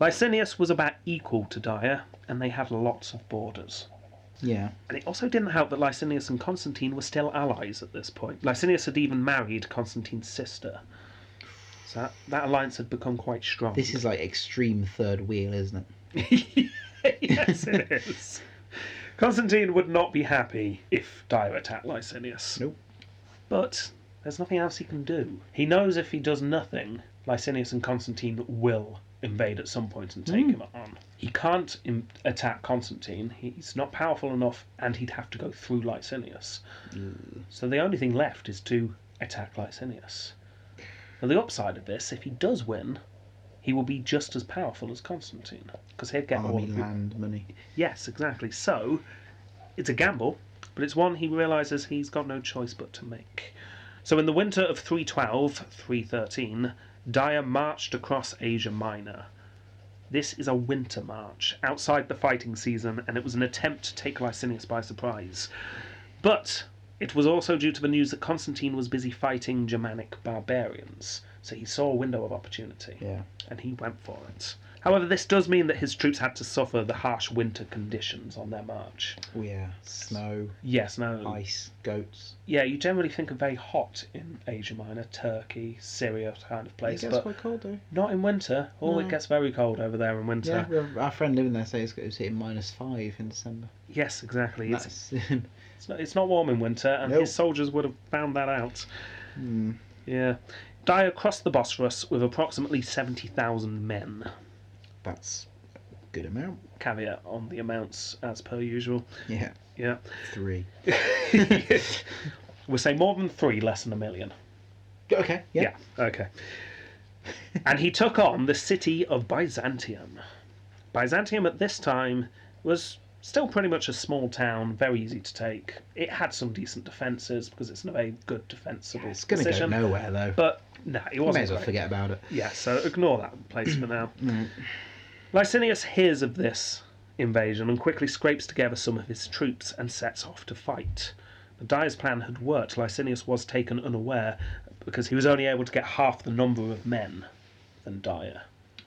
Licinius was about equal to Dyer, and they had lots of borders. Yeah. And it also didn't help that Licinius and Constantine were still allies at this point. Licinius had even married Constantine's sister. So that, that alliance had become quite strong. This is like extreme third wheel, isn't it? <laughs> yes, it is. Constantine would not be happy if Dio attacked Licinius. Nope. But there's nothing else he can do. He knows if he does nothing, Licinius and Constantine will invade at some point and take him on. He can't Im- attack Constantine. He's not powerful enough, and he'd have to go through Licinius. So the only thing left is to attack Licinius. Now, the upside of this, if he does win, he will be just as powerful as Constantine because he'd get all Army, of the- land, money. Yes, exactly. So, it's a gamble, but it's one he realises he's got no choice but to make. So, in the winter of 312 313, Dyer marched across Asia Minor. This is a winter march, outside the fighting season, and it was an attempt to take Licinius by surprise. But it was also due to the news that Constantine was busy fighting Germanic barbarians, so he saw a window of opportunity Yeah. and he went for it. However, this does mean that his troops had to suffer the harsh winter conditions on their march. Oh, yeah. Snow, Yes, no. ice, goats. Yeah, you generally think of very hot in Asia Minor, Turkey, Syria kind of place, but cold though. not in winter. Oh, it No. gets very cold over there in Yeah, winter. well, our friend living there says it was hitting minus five in December. Yes, exactly. It's, That's <laughs> it's, not, it's not warm in winter, and Nope. Hmm. his soldiers would have found that out. Yeah. Dyer crossed the Bosphorus with approximately 70,000 men. that's a good amount. Caveat on the amounts as per usual. Yeah, Yeah. three. We'll say more than three, less than a million. Okay. Yeah. Yeah, okay. and he took on the city of Byzantium. Byzantium at this time was still pretty much a small town, very easy to take. It had some decent defences because it's in a very good defensible It's gonna position. go nowhere though. But no, it May wasn't. as well great. forget about it. Yeah, so ignore that place for now. Licinius hears of this invasion and quickly scrapes together some of his troops and sets off to fight. But Dyer's plan had worked. Licinius was taken unaware because he was only able to get half the number of men than Dyer.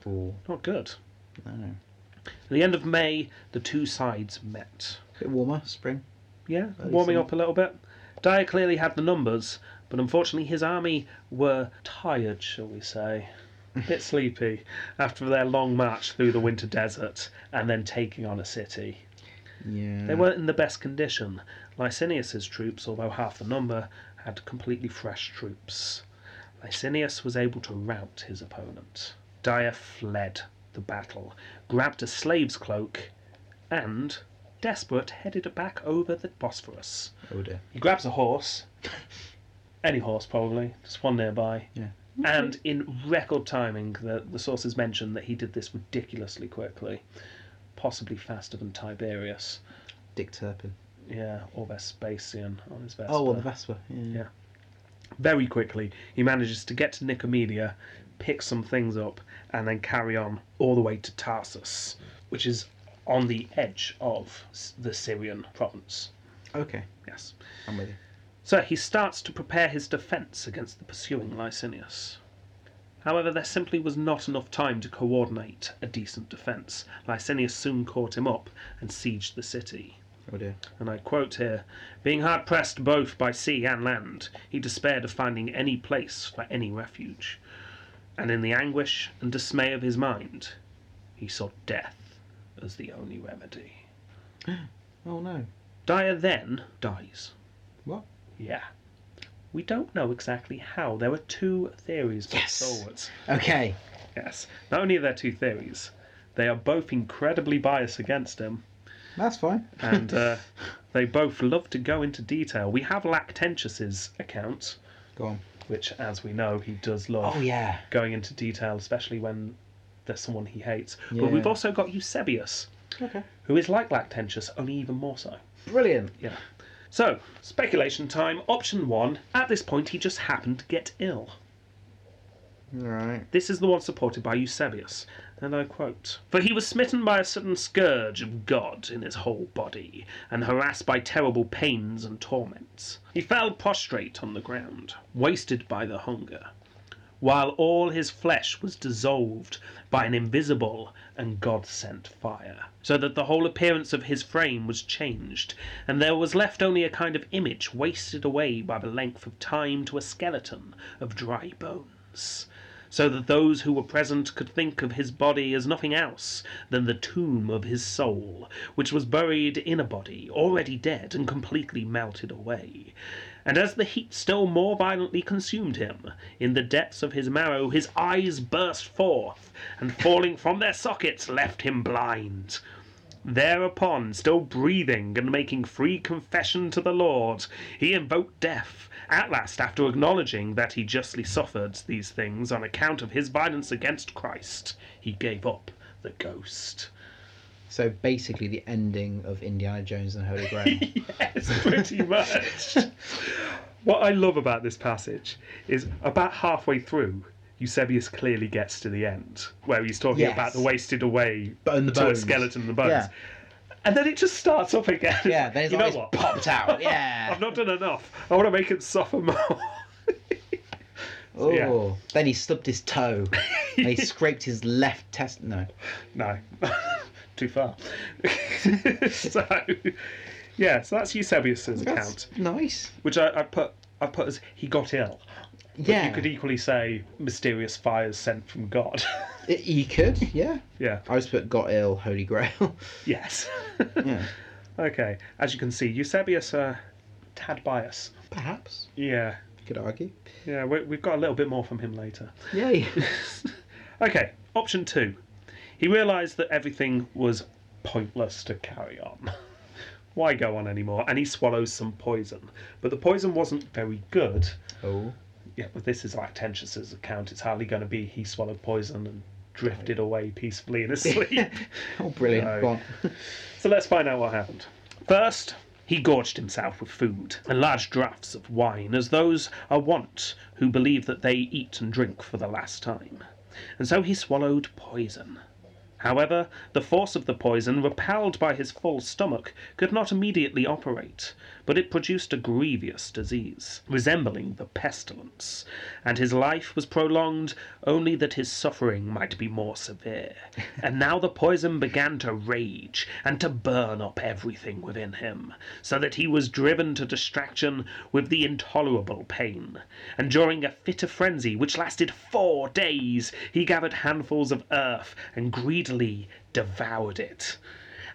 Or Not good. I don't know. At the end of May, the two sides met. bit warmer, spring. Yeah, warming some- up a little bit. Dyer clearly had the numbers, but unfortunately his army were tired, shall we say, a bit sleepy after their long march through the winter desert and then taking on a city. Yeah. They weren't in the best condition. Licinius's troops, although half the number, had completely fresh troops. Licinius was able to rout his opponent. Dyer fled the battle, grabbed a slave's cloak, and, desperate, headed back over the Bosphorus. Oh dear. He grabs a horse, <laughs> any horse probably, just one nearby. Yeah. And in record timing, the, the sources mention that he did this ridiculously quickly, possibly faster than Tiberius. Dick Turpin. Yeah, or Vespasian on his Vespa. Oh, well, the Vespa. Yeah. Yeah. Very quickly, he manages to get to Nicomedia, pick some things up, and then carry on all the way to Tarsus, which is on the edge of S- the Syrian province. Okay. Yes. I'm with you. So he starts to prepare his defence against the pursuing Licinius. However, there simply was not enough time to coordinate a decent defence. Licinius soon caught him up and sieged the city. Oh dear. And I quote here Being hard pressed both by sea and land, he despaired of finding any place for any refuge. And in the anguish and dismay of his mind, he sought death as the only remedy. Oh no. Dyer then dies. What? Yeah. We don't know exactly how. There were two theories put Yes. forward. Okay. Yes. Not only are there two theories, they are both incredibly biased against him, That's fine. <laughs> and uh, they both love to go into detail. We have Lactantius's account, Go on. which, as we know, he does love Oh yeah. going into detail, especially when there's someone he hates. But we've Yeah. also got Eusebius, Okay. who is like Lactantius, only even more so. Brilliant. Yeah. So, speculation time. Option one. At this point, he just happened to get ill. Right. This is the one supported by Eusebius, and I quote For he was smitten by a sudden scourge of God in his whole body, and harassed by terrible pains and torments. He fell prostrate on the ground, wasted by the hunger, while all his flesh was dissolved by an invisible and God sent fire, so that the whole appearance of his frame was changed, and there was left only a kind of image wasted away by the length of time to a skeleton of dry bones so that those who were present could think of his body as nothing else than the tomb of his soul, which was buried in a body already dead and completely melted away. And as the heat still more violently consumed him, in the depths of his marrow his eyes burst forth, and falling from their sockets left him blind. Thereupon, still breathing and making free confession to the Lord, he invoked death. At last, after acknowledging that he justly suffered these things on account of his violence against Christ, he gave up the <laughs> ghost. So basically, the ending of Indiana Jones and the Holy Grail. <laughs> yes, pretty much. what I love about this passage is about halfway through, Eusebius clearly gets to the end, where he's talking Yes. about the wasted away Bone the to a bones. skeleton and the bones. Yeah. And then it just starts up again. yeah. Then his <laughs> you know eyes what? popped out. I've Oh, Yeah. not done enough. I want to make it suffer <laughs> more. Oh. yeah. Then he stubbed his <laughs> toe. and he scraped his left test. No. no, <laughs> too far. <laughs> so, yeah, so that's Eusebius's account, nice. which I, I put I put as he got ill. Yeah. You could e- equally say mysterious fires sent from God. <laughs> I- he could. Yeah. yeah. I just put got ill, Holy Grail. <laughs> Yes. <laughs> yeah. okay. As you can see, Eusebius uh, tad bias. Perhaps. Yeah. You could argue. Yeah. We, we've got a little bit more from him later. <laughs> Yay. Okay, option two. He realised that everything was pointless to carry on. <laughs> Why go on anymore? And he swallows some poison. But the poison wasn't very good. oh. Yeah, but this is Lactantius's account. It's hardly going to be he swallowed poison and drifted away peacefully in his sleep. Oh, brilliant. No. Go on. So let's find out what happened. First, he gorged himself with food and large draughts of wine, as those are wont who believe that they eat and drink for the last time. And so he swallowed poison. However, the force of the poison, repelled by his full stomach, could not immediately operate, but it produced a grievous disease, resembling the pestilence, and his life was prolonged only that his suffering might be more severe. and now the poison began to rage and to burn up everything within him, so that he was driven to distraction with the intolerable pain. And during a fit of frenzy which lasted four days, he gathered handfuls of earth and greedily devoured it.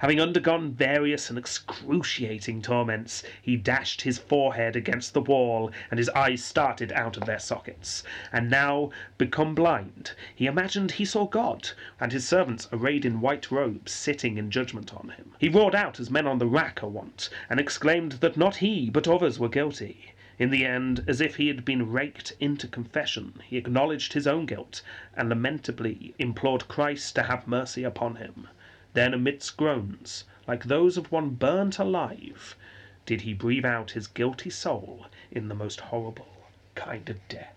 Having undergone various and excruciating torments, he dashed his forehead against the wall, and his eyes started out of their sockets. And now, become blind, he imagined he saw God, and his servants arrayed in white robes sitting in judgment on him. He roared out as men on the rack are wont, and exclaimed that not he, but others were guilty. In the end, as if he had been raked into confession, he acknowledged his own guilt, and lamentably implored Christ to have mercy upon him. Then, amidst groans, like those of one burnt alive, did he breathe out his guilty soul in the most horrible kind of death.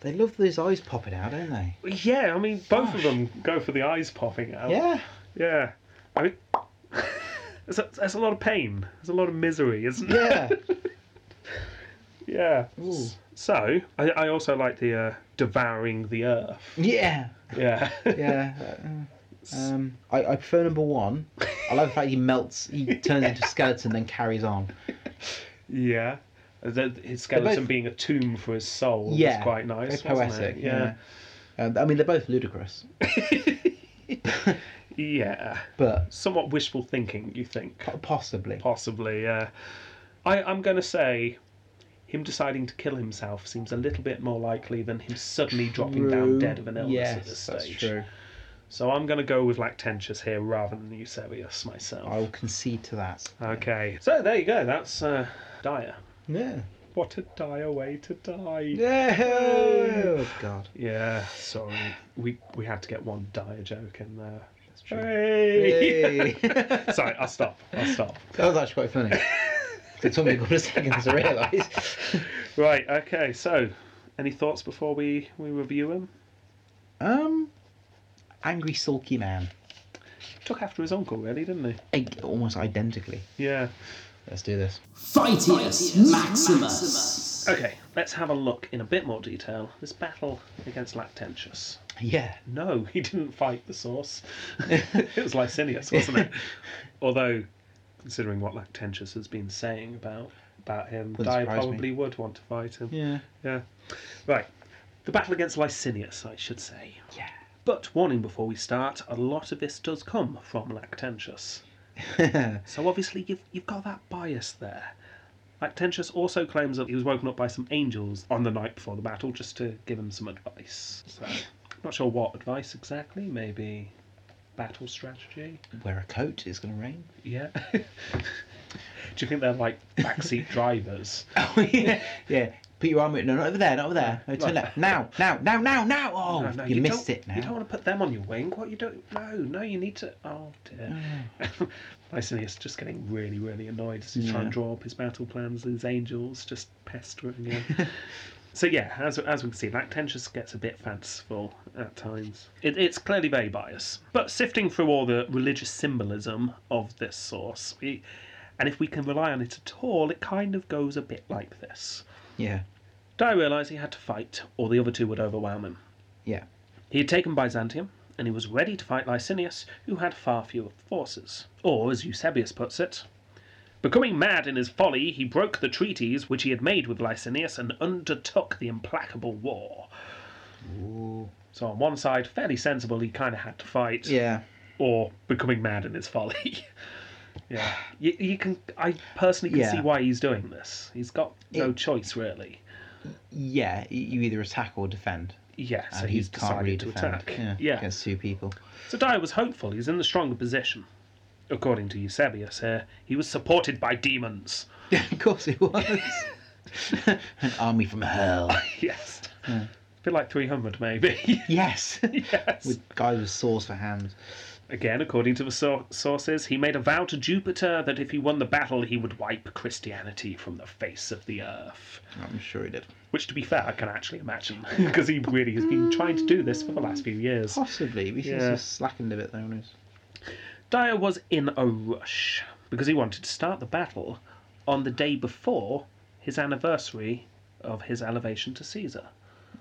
They love those eyes popping out, don't they? Yeah, I mean, both of them go for the eyes popping out. Yeah. Yeah. I mean, <laughs> that's, a, that's a lot of pain. There's a lot of misery, isn't there? Yeah. <laughs> Yeah. Ooh. So, I, I also like the uh, devouring <laughs> the earth. Yeah. Yeah. Yeah. uh, Um, I, I prefer number one. I like the fact he melts, he turns <laughs> into a skeleton, then carries on. yeah. The, his skeleton being a tomb for his soul Yeah, was quite nice. very wasn't it? poetic. Yeah. Um, I mean, they're both ludicrous, yeah. Yeah. but Somewhat wishful thinking, you think? po- possibly. Possibly, yeah. I, I'm going to say him deciding to kill himself seems a little bit more likely than him suddenly dropping down True. dead of an illness yes, at this that's stage. true. So I'm going to go with Lactantius here rather than Eusebius myself. I will concede to that. Uh, Okay. So there you go. That's uh, dire. Yeah. What a dire way to die. Yeah. Oh <laughs> God. Yeah, sorry. We we had to get one dire joke in there. That's true. Hey! Yay. <laughs> that sorry, I'll stop. I'll stop. was actually quite funny. It took me a couple of seconds to realise. Right, okay, so Any thoughts before we, we review him? Um, angry sulky man, Took after his uncle, really, didn't he? Eh, almost identically. Yeah. Let's do this. Fightius Maximus. Okay, let's have a look in a bit more detail. This battle against Lactantius. Yeah, No, <laughs> he didn't fight <laughs> the source. it was Licinius, wasn't it? Although, considering what Lactantius has been saying about about him, Wouldn't Guy surprise me. probably would want to fight him. yeah, Yeah. Right. The battle against Licinius, I should say. yeah. But warning before we start, a lot of this does come from Lactantius. So obviously you've you've got that bias there. Lactantius also claims that he was woken up by some angels on the night before the battle just to give him some advice. So not sure what advice exactly, maybe battle strategy. <laughs> Wear a coat. It's gonna rain. Yeah. <laughs> Do you think they're like backseat drivers? <laughs> Oh yeah, yeah. Put your arm. No, not over there. Not over there. No, turn Right. left. Now, now, now, now, now. Oh, No, no, you, missed don't- it now. You don't want to put them on your wing. What you do? No, no, you need to. Oh dear. <laughs> Licinius just getting really, really annoyed as he's trying Yeah. to draw up his battle plans. These angels just <laughs> pestering him. so yeah, as as we can see, Lactantius gets a bit fanciful at times. It, it's clearly very biased. But sifting through all the religious symbolism of this source, we, and if we can rely on it at all, it kind of goes a bit like this. Yeah, Di realised he had to fight, or the other two would overwhelm him. yeah, He had taken Byzantium, and he was ready to fight Licinius, who had far fewer forces. Or, as Eusebius puts it, Becoming mad in his folly, he broke the treaties which he had made with Licinius and undertook the implacable war. Ooh. So, on one side, fairly sensible, he kind of had to fight, yeah. or becoming mad in his folly. <laughs> yeah, you, you can. I personally can Yeah. see why he's doing this. He's got no It- choice really. Yeah, you either attack or defend. Yeah, so and he's he can't decided really to defend. attack. Yeah, yeah. against two people. So Dio was hopeful he's in the stronger position. According to Eusebius here, he was supported by demons. <laughs> <laughs> Yeah, of course it was. <laughs> An army from <laughs> hell. Yes. A bit like 300, maybe. <laughs> Yes. yes. With guys with swords for hands. Again, according to the sor- sources, he made a vow to Jupiter that if he won the battle, he would wipe Christianity from the face of the earth. I'm sure he did. Which, to be fair, I can actually imagine, <laughs> because he really has been trying to do this for the last few years. Possibly. We should Yeah. have slackened a bit though. wouldn't we? Dyer was in a rush because he wanted to start the battle on the day before his anniversary of his elevation to Caesar.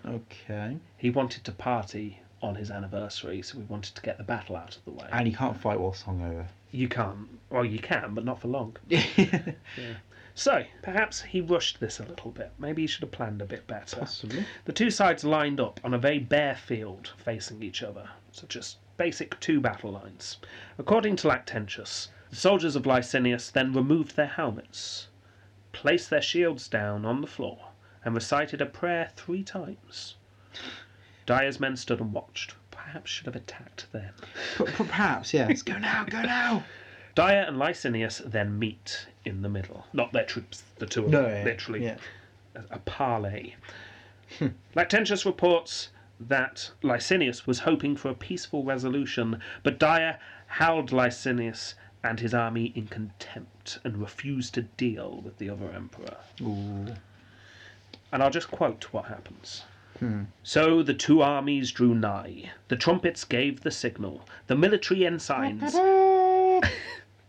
Okay. He wanted to party on his anniversary, so we wanted to get the battle out of the way. And you can't fight whilst hungover. you can't. Well, you can, but not for long. So, perhaps he rushed this a little bit. Maybe he should have planned a bit better. Possibly. The two sides lined up on a very bare field facing each other, so just basic two battle lines. According to Lactantius, the soldiers of Licinius then removed their helmets, placed their shields down on the floor, and recited a prayer three times. Dyer's men stood and watched. Perhaps should have attacked then. P- p- perhaps, yeah. Let's <laughs> go now, go now. Dyer and Licinius then meet in the middle. Not their troops, the two of No, them, yeah, literally yeah. a parley. Lactantius reports that Licinius was hoping for a peaceful resolution, but Dyer howled Licinius and his army in contempt and refused to deal with the other emperor. Ooh. And I'll just quote what happens. So the two armies drew nigh. The trumpets gave the signal. The military ensigns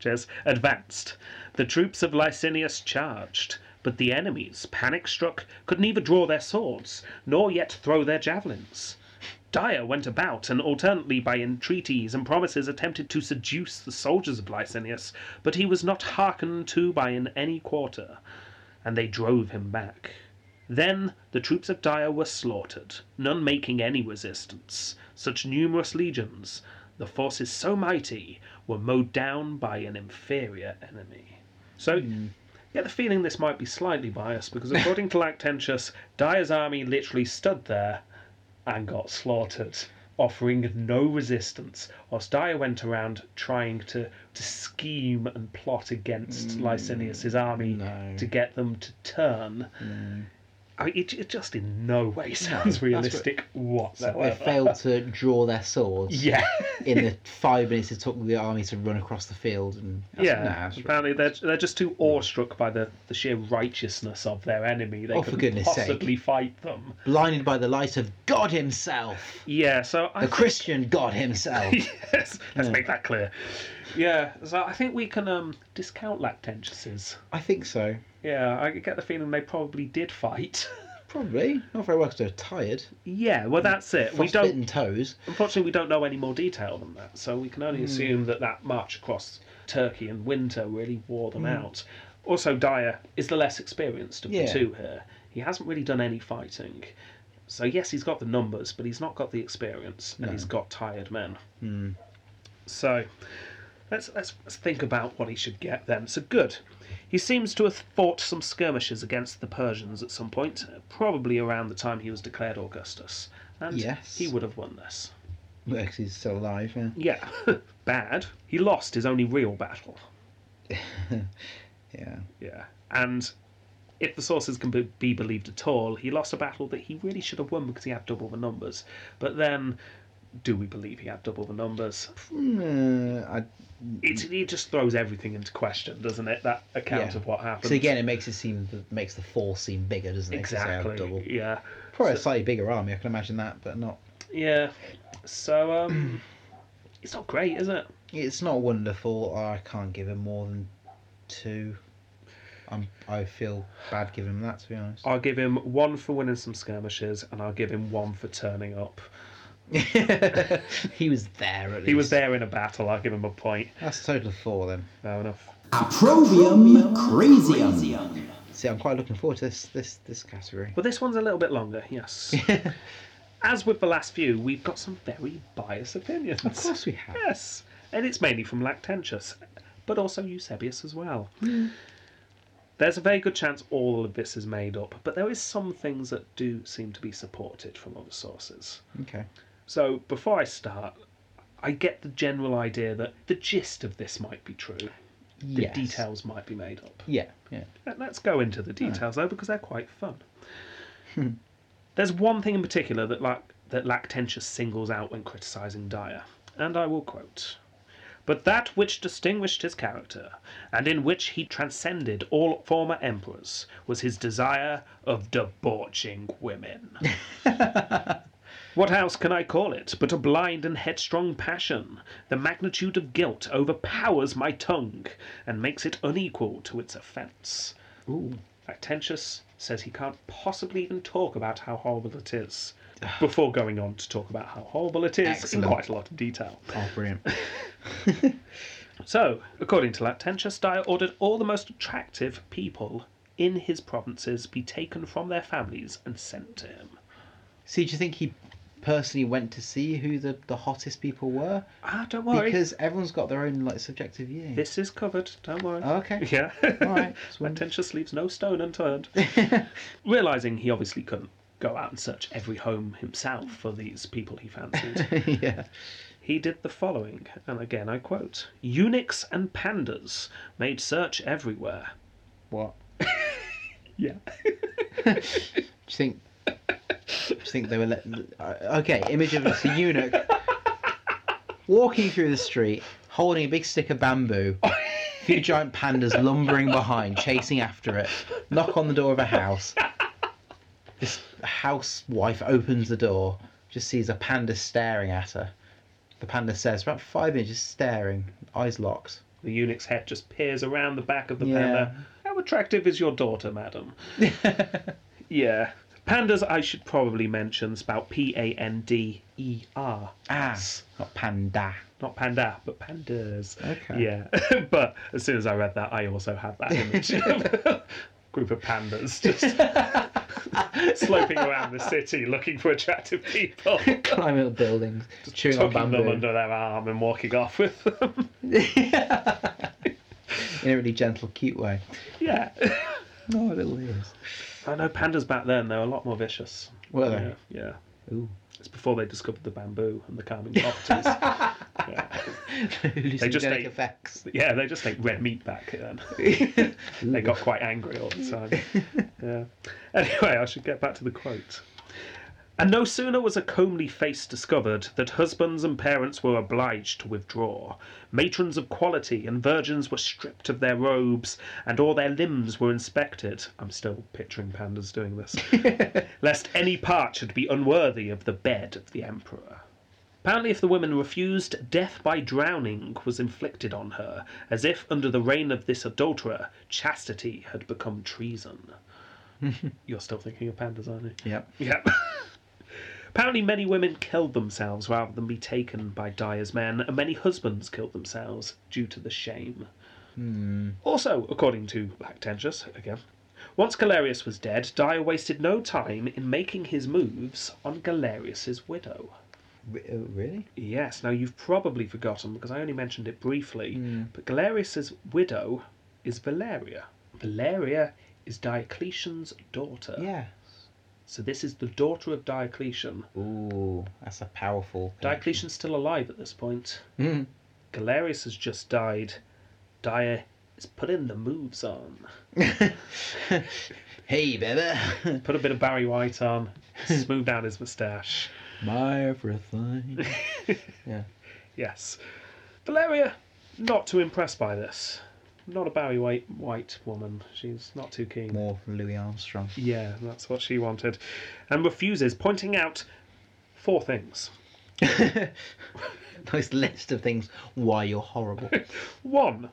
Sanchez advanced. The troops of Licinius charged, but the enemies, panic struck, could neither draw their swords nor yet throw their javelins. Dyer went about and alternately by entreaties and promises attempted to seduce the soldiers of Licinius, but he was not hearkened to by in any quarter, and they drove him back. Then the troops of Dyer were slaughtered, none making any resistance. Such numerous legions, the forces so mighty, were mowed down by an inferior enemy. So, you get the feeling this might be slightly biased because, according to Lactantius, Dyer's army literally stood there and got slaughtered, offering no resistance, whilst Dyer went around trying to, to scheme and plot against Licinius' army no. to get them to turn I, it, it just in no way sounds realistic They whatsoever. failed to draw their swords Yeah. in the five minutes it took the army to run across the field. And <laughs> that's- yeah, nah, that's right. apparently they're, they're just too awestruck by the, the sheer righteousness of their enemy. They Oh, for couldn't goodness sake. possibly fight them. blinded by the light of God Himself, Yeah, so I the Christian God Himself. <laughs> yes, let's make that clear. Yeah, so I think we can um, discount lactantuses. I think so. Yeah, I get the feeling they probably did fight. <laughs> Probably not very well because they're tired. yeah, well that's it. We Frostbitten don't. toes. Unfortunately, we don't know any more detail than that, so we can only Hmm. assume that that march across Turkey in winter really wore Hmm. them out. Also, Dyer is the less experienced of Yeah. the two here. He hasn't really done any fighting. So, yes, he's got the numbers, but he's not got the experience, and he's got tired men. Hmm. So let's, let's let's think about what he should get then. So good. He seems to have fought some skirmishes against the Persians at some point, probably around the time he was declared Augustus. And Yes. he would have won this. Because he's still alive. Yeah. Yeah, <laughs> bad. He lost his only real battle. yeah. Yeah. And if the sources can be- be believed at all, he lost a battle that he really should have won because he had double the numbers. But then, do we believe he had double the numbers? Mm, I, It, it just throws everything into question, doesn't it? That account Yeah. of what happened. so again, it makes it seem it makes the force seem bigger, doesn't it? 'Cause they have Exactly. Double. Yeah. Probably a slightly bigger army. I can imagine that, but not. Yeah. So um <clears throat> it's not great, is it? It's not wonderful. I can't give him more than two. I'm. I feel bad giving him that. To be honest. I'll give him one for winning some skirmishes and I'll give him one for turning up. <laughs> he was there. At least. He was there in a battle, I'll give him a point. That's a total of four then. Fair enough. Approbium Crasium. See, I'm quite looking forward to this this this category. Well this one's a little bit longer, <laughs> yes. As with the last few, we've got some very biased opinions. Of course we have. Yes. And it's mainly from Lactantius, but also Eusebius as well. Hmm. There's a very good chance all of this is made up, but there is some things that do seem to be supported from other sources. Okay. So before I start, I get the general idea that the gist of this might be true. The Yes. details might be made up. Yeah. Yeah. Let- Let's go into the details though, because they're quite fun. There's one thing in particular that like that Lactantius singles out when criticising Dyer, and I will quote. But that which distinguished his character, and in which he transcended all former emperors, was his desire of debauching women. What else can I call it but a blind and headstrong passion? The magnitude of guilt overpowers my tongue and makes it unequal to its offence. Ooh. Lactantius says he can't possibly even talk about how horrible it is before going on to talk about how horrible it is Excellent. in quite a lot of detail. Oh, brilliant. So, according to Lactantius, Dyer ordered all the most attractive people in his provinces be taken from their families and sent to him. See, do you think he personally went to see who the, the hottest people were? Ah, don't worry. Because everyone's got their own like subjective view. This is covered, don't worry. Oh, okay. Yeah. All <laughs> right. Just wondered. Lactantius leaves no <laughs> stone unturned. Realising he obviously couldn't go out and search every home himself for these people he fancied, <laughs> yeah. he did the following, and again I quote Eunuchs and pandas made search everywhere. What? <laughs> Yeah. Do you think? Do you think they were let? uh, Okay. Image of a eunuch walking through the street, holding a big stick of bamboo. A few giant pandas lumbering behind, chasing after it. Knock on the door of a house. This housewife opens the door, just sees a panda staring at her. The panda says, "About five minutes, just staring, eyes locked." The eunuch's head just peers around the back of the Yeah. panda. How attractive is your <laughs> daughter, madam? yeah. Pandas, I should probably mention, spout P A N D E R. Ah, not panda. not panda, but pandas. Okay. Yeah, <laughs> but as soon as I read that, I also had that image of a group of <laughs> pandas just sloping around the city looking for attractive people, Climbing up buildings, chewing on tucking them bamboo under their arm and walking off with them. <laughs> in a really gentle, cute way. Yeah, No, little ears. I know pandas back then they were a lot more vicious. Were Yeah, they? yeah. <laughs> Ooh. It's before they discovered the bamboo and the <laughs> calming properties. they just ate- <laughs> effects. yeah, they just ate red meat back then. they got quite angry all the time. Yeah. Anyway, I should get back to the quote. And no sooner was a comely face discovered that husbands and parents were obliged to withdraw. Matrons of quality and virgins were stripped of their robes, and all their limbs were inspected. I'm still picturing pandas doing this. lest any part should be unworthy of the bed of the emperor. Apparently, if the woman refused, death by drowning was inflicted on her, as if under the reign of this adulterer, chastity had become treason. You're still thinking of pandas, aren't you? Yep. Yep. <laughs> Apparently, many women killed themselves rather than be taken by dyer's men, and many husbands killed themselves due to the shame. Also, according to Lactantius, again, once Galerius was dead, Dyer wasted no time in making his moves on Galerius's widow. Re- oh, really? Yes, now you've probably forgotten because I only mentioned it briefly, but Galerius's widow is Valeria. Valeria is Diocletian's daughter. Yeah. So this is the daughter of Diocletian. Ooh, that's a powerful. Diocletian's still alive at this point. Mm. <laughs> Galerius has just died. Dyer is putting the moves on. hey, baby. <laughs> Put a bit of Barry White on, smooth down his moustache. My everything. yeah. Yes. Valeria, not too impressed by this. Not a Barry White, White woman. She's not too keen. More Louis Armstrong. <laughs> Yeah, that's what she wanted. And refuses, pointing out four things. nice list of things why you're <laughs> horrible. One,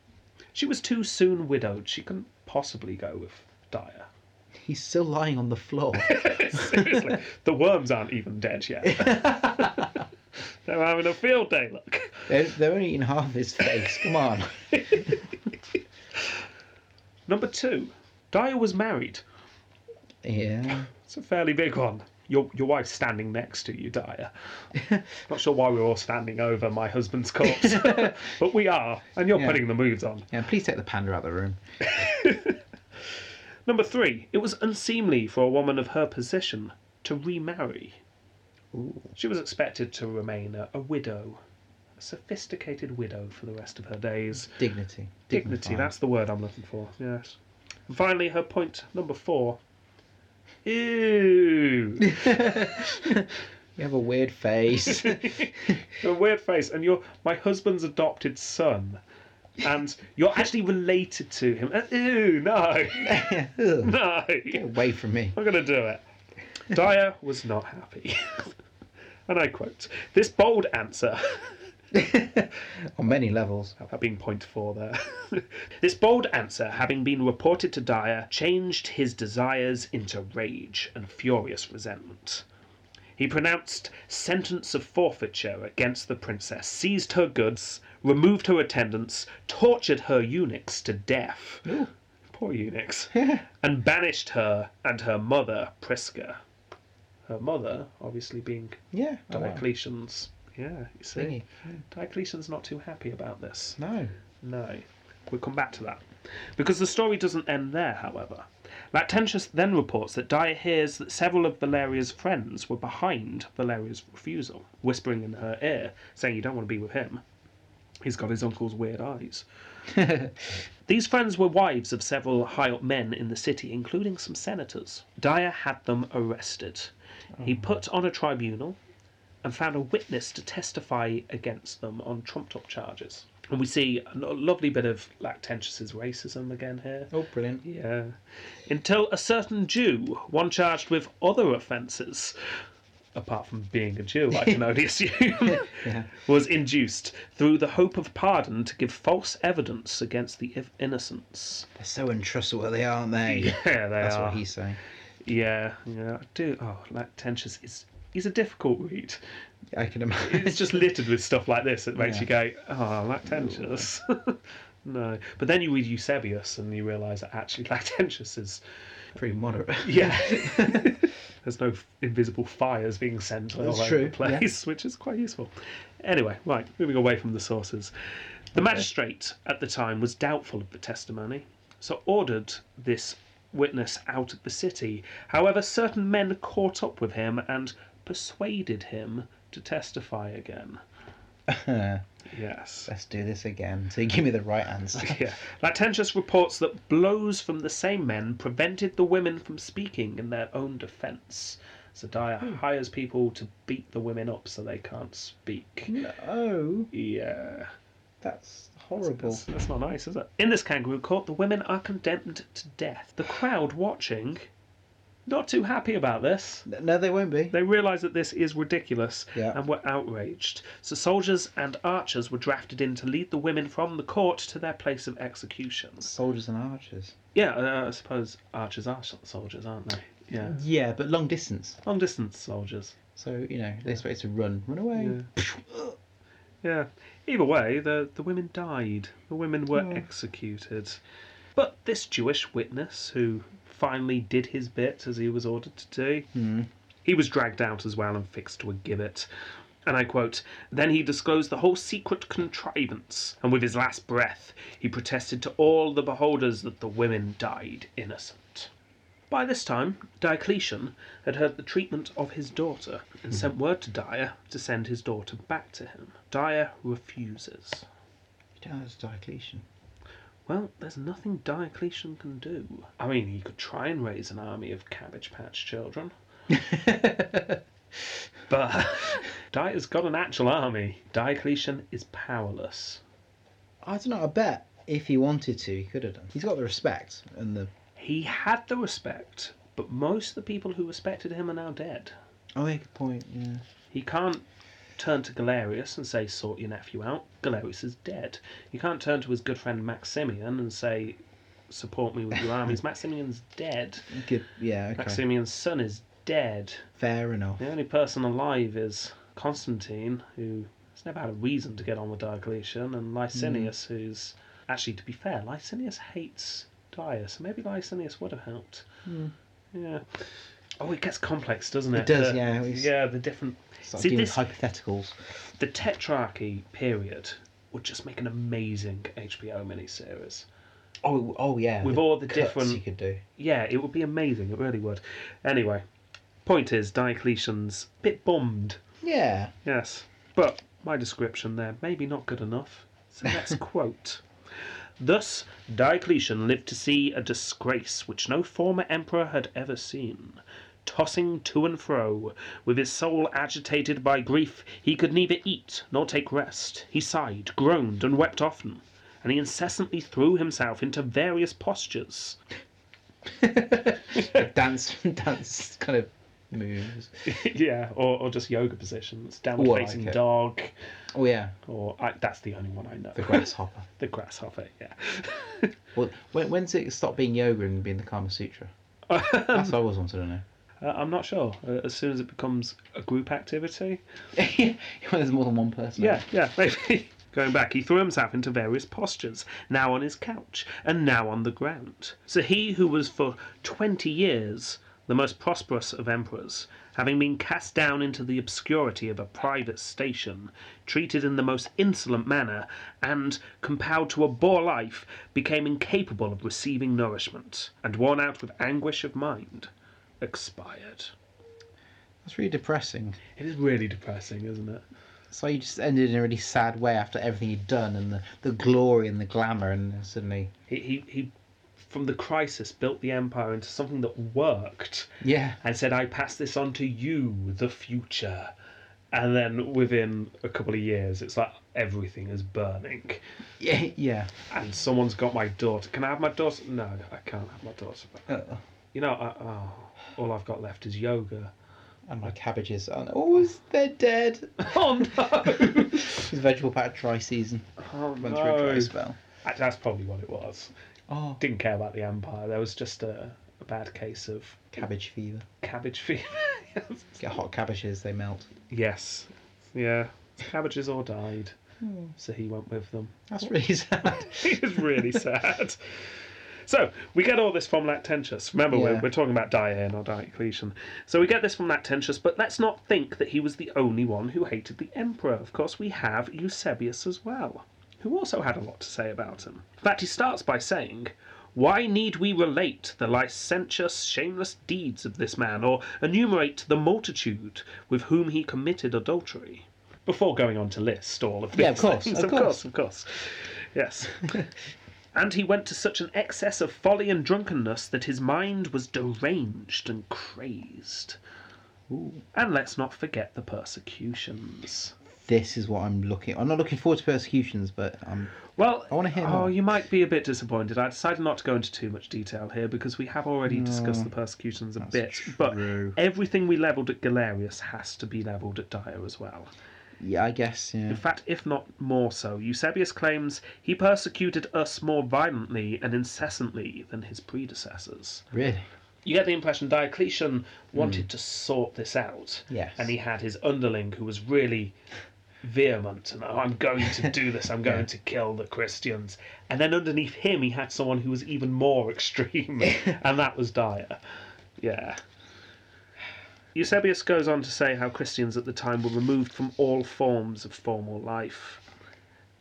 she was too soon widowed. She couldn't possibly go with Dyer. He's still lying on the floor. <laughs> Seriously, the worms aren't even dead yet. They're having a field day, look. they're, they're only in half his face. Come on. Number two, Dyer was married. <laughs> Yeah. It's a fairly big one. Your, your wife's standing next to you, Dyer. Not sure why we're all standing over my husband's corpse, <laughs> but we are, and you're Yeah. putting the moves on. Yeah. Please take the panda out of the room. Number three, it was unseemly for a woman of her position to remarry. She was expected to remain a, a widow, a sophisticated widow for the rest of her days. Dignity. Dignity, Dignified. that's the word I'm looking for, yes. And finally, her point number four. Ew! You have a weird <laughs> face. <laughs> a weird face, and you're my husband's adopted son, and you're actually related to him. Uh, Ew, no, <laughs> Ugh, no, Get I'm away from me. not gonna do it. Dyer was not happy, <laughs> and I quote: "This bold answer." <laughs> On many levels. That being point four there. <laughs> this bold answer, having been reported to Dyer, changed his desires into rage and furious resentment. He pronounced sentence of forfeiture against the princess, seized her goods, removed her attendants, tortured her eunuchs to death. Poor eunuchs. and banished her and her mother, Prisca. Her mother, obviously being Yeah. oh, wow. Diocletian's. Yeah, you see. Thingy. Diocletian's not too happy about this. No. No. We'll come back to that. Because the story doesn't end there, however. Lactantius then reports that Dyer hears that several of Valeria's friends were behind Valeria's refusal, whispering in her ear, saying, You don't want to be with him. He's got his uncle's weird eyes. These friends were wives of several high up men in the city, including some senators. Dyer had them arrested. He put on a tribunal and found a witness to testify against them on trumped up charges. And we see a lo- lovely bit of Lactantius's racism again here. Oh, brilliant. Yeah. Until a certain Jew, one charged with other offences, apart from being a Jew, I <laughs> can only assume, was induced through the hope of pardon to give false evidence against the if- <laughs> innocents. They're so untrustworthy, aren't they? Yeah, they That's are. what he's saying. Yeah, yeah. I do. Oh, Lactantius is. He's a difficult read. I can imagine. <laughs> It's just littered with stuff like this that makes Yeah. you go, oh, Lactantius. <laughs> no. But then you read Eusebius and you realise that actually <laughs> Lactantius is <laughs> Pretty moderate. <laughs> Yeah. <laughs> There's no f- invisible fires being sent all That's over true, the place, <laughs> which is quite useful. Anyway, right, moving away from the sources. The magistrate at the time was doubtful of the testimony, so ordered this witness out of the city. However, certain men caught <laughs> up with him and persuaded him to testify again. Yes. Let's do this again. So you give me the right answer. <laughs> Yeah. Latentius reports that blows from the same men prevented the women from speaking in their own defense. Zodiah hires people to beat the women up so they can't speak. <laughs> Hmm. No, Yeah. that's horrible. That's, that's not nice, is it? In this kangaroo court, the women are condemned to death. The crowd watching, not too happy about this. No, they won't be. They realise that this is ridiculous Yeah. and were outraged. So soldiers and archers were drafted in to lead the women from the court to their place of executions. Soldiers and archers. Yeah, uh, I suppose archers are sol- soldiers, aren't they? Yeah. Yeah, but long distance. Long distance soldiers. So you know, this way to run, run away. Yeah. Either way, the, the women died. The women were executed. But this Jewish witness, who finally did his bit as he was ordered to do, he was dragged out as well and fixed to a gibbet. And I quote Then he disclosed the whole secret contrivance, and with his last breath, he protested to all the beholders that the women died innocent. By this time, Diocletian had heard the treatment of his daughter and sent word to Dyer to send his daughter back to him. Dyer refuses. You don't know it's Diocletian. Well, there's nothing Diocletian can do. I mean, he could try and raise an army of Cabbage Patch children. but <laughs> Dyer's got an actual army. Diocletian is powerless. I don't know. I bet if he wanted to, he could have done. He's got the respect and the. He had the respect, but most of the people who respected him are now dead. Oh, yeah, good point. Yeah. He can't turn to Galerius and say, sort your nephew out. Galerius is dead. He can't turn to his good friend Maximian and say, support me with <laughs> your armies. Maximian's dead. Good. Yeah. Okay. Maximian's son is dead. Fair enough. The only person alive is Constantine, who has never had a reason to get on with Diocletian, and Mm. Licinius, who's. Actually, to be fair, Licinius hates Dyer, so maybe Licinius would have helped. Yeah. Oh, it gets complex, doesn't it? Hmm. It does, The- yeah, it's- Yeah, the different. Start See, dealing this- with hypotheticals. the Tetrarchy period would just make an amazing HBO miniseries. Oh, oh yeah. With all the cuts different- you could do. Yeah, it would be amazing. It really would. Anyway, point is, Diocletian's a bit bummed. Yeah. <laughs> Yes, but my description there maybe not good enough. So <laughs> let's quote. Thus, Diocletian lived to see a disgrace which no former emperor had ever seen. Tossing to and fro, with his soul agitated by grief, he could neither eat nor take rest. He sighed, groaned, and wept often, and he incessantly threw himself into <laughs> various postures. dance, <laughs> dance kind of moves. yeah, or, or just yoga positions, Ooh, downward I facing like it. dog, Oh yeah, or I, that's the only one I know. the grasshopper. <laughs> the grasshopper, yeah. well, when, when's it stop being yoga and being the Kama Sutra? That's what I always wanted to know. <laughs> Uh, I'm not sure. Uh, as soon as it becomes a group activity. when there's more than one person. Yeah, yeah, maybe. <laughs> Going back, he threw himself into various postures, now on his couch and now on the ground. So he who was for 20 years the most prosperous of emperors, having been cast down into the obscurity of a private station, treated in the most insolent manner, and, compelled to a bore life, became incapable of receiving nourishment, and worn out with anguish of mind, expired. That's really depressing. It is really depressing, isn't it? So you just ended in a really sad way after everything you'd done and the, the glory and the glamour, and then suddenly, He, he, he, from the crisis, built the empire into something that worked yeah, <laughs> and said, I pass this on to you, the future. And then within a couple of years, it's like everything is burning. yeah, yeah. And someone's got my daughter. Can I have my daughter? No, I can't have my daughter. back. Uh, You know, I, oh, all I've got left is yoga. and my cabbages are oh, is- they're dead. <laughs> <laughs> Oh, no! It's vegetable patch dry season. <laughs> oh, Went through a dry no. spell. Actually, That's probably what it was. Oh, Didn't care about the empire. There was just a, a bad case of cabbage fever. cabbage fever. Yes. Get hot cabbages, they melt. Yes. Yeah. Hmm. Cabbages all died. So he went with them. That's really sad. <laughs> It was really sad. So we get all this from Lactantius. Remember, we're, Yeah. we're talking about Diane or Diocletian. So we get this from Lactantius, but let's not think that he was the only one who hated the emperor. Of course, we have Eusebius as well, who also had a lot to say about him. In fact, he starts by saying, Why need we relate the licentious, shameless deeds of this man, or enumerate the multitude with whom he committed adultery? before going on to list all of these Yeah, of course, things. of of course, of course. Yes. <laughs> and he went to such an excess of folly and drunkenness that his mind was deranged and crazed. And let's not forget the persecutions. <laughs> This is what I'm looking. I'm not looking forward to persecutions, but um, I'm Well, I wanna hear Oh, more. you might be a bit disappointed. I decided not to go into too much detail here because we have already discussed the persecutions a bit. true. But everything we levelled at Galerius has to be levelled at Dio as well. yeah, I guess yeah. In fact, if not more so, Eusebius claims he persecuted us more violently and incessantly than his predecessors. Really, You get the impression Diocletian wanted to sort this out. Yes. And he had his underling who was really vehement and oh, I'm going to do this, I'm going to kill the Christians. And then underneath him, he had someone who was even more <laughs> extreme, and that was Dyer. Yeah. Eusebius goes on to say how Christians at the time were removed from all forms of formal life.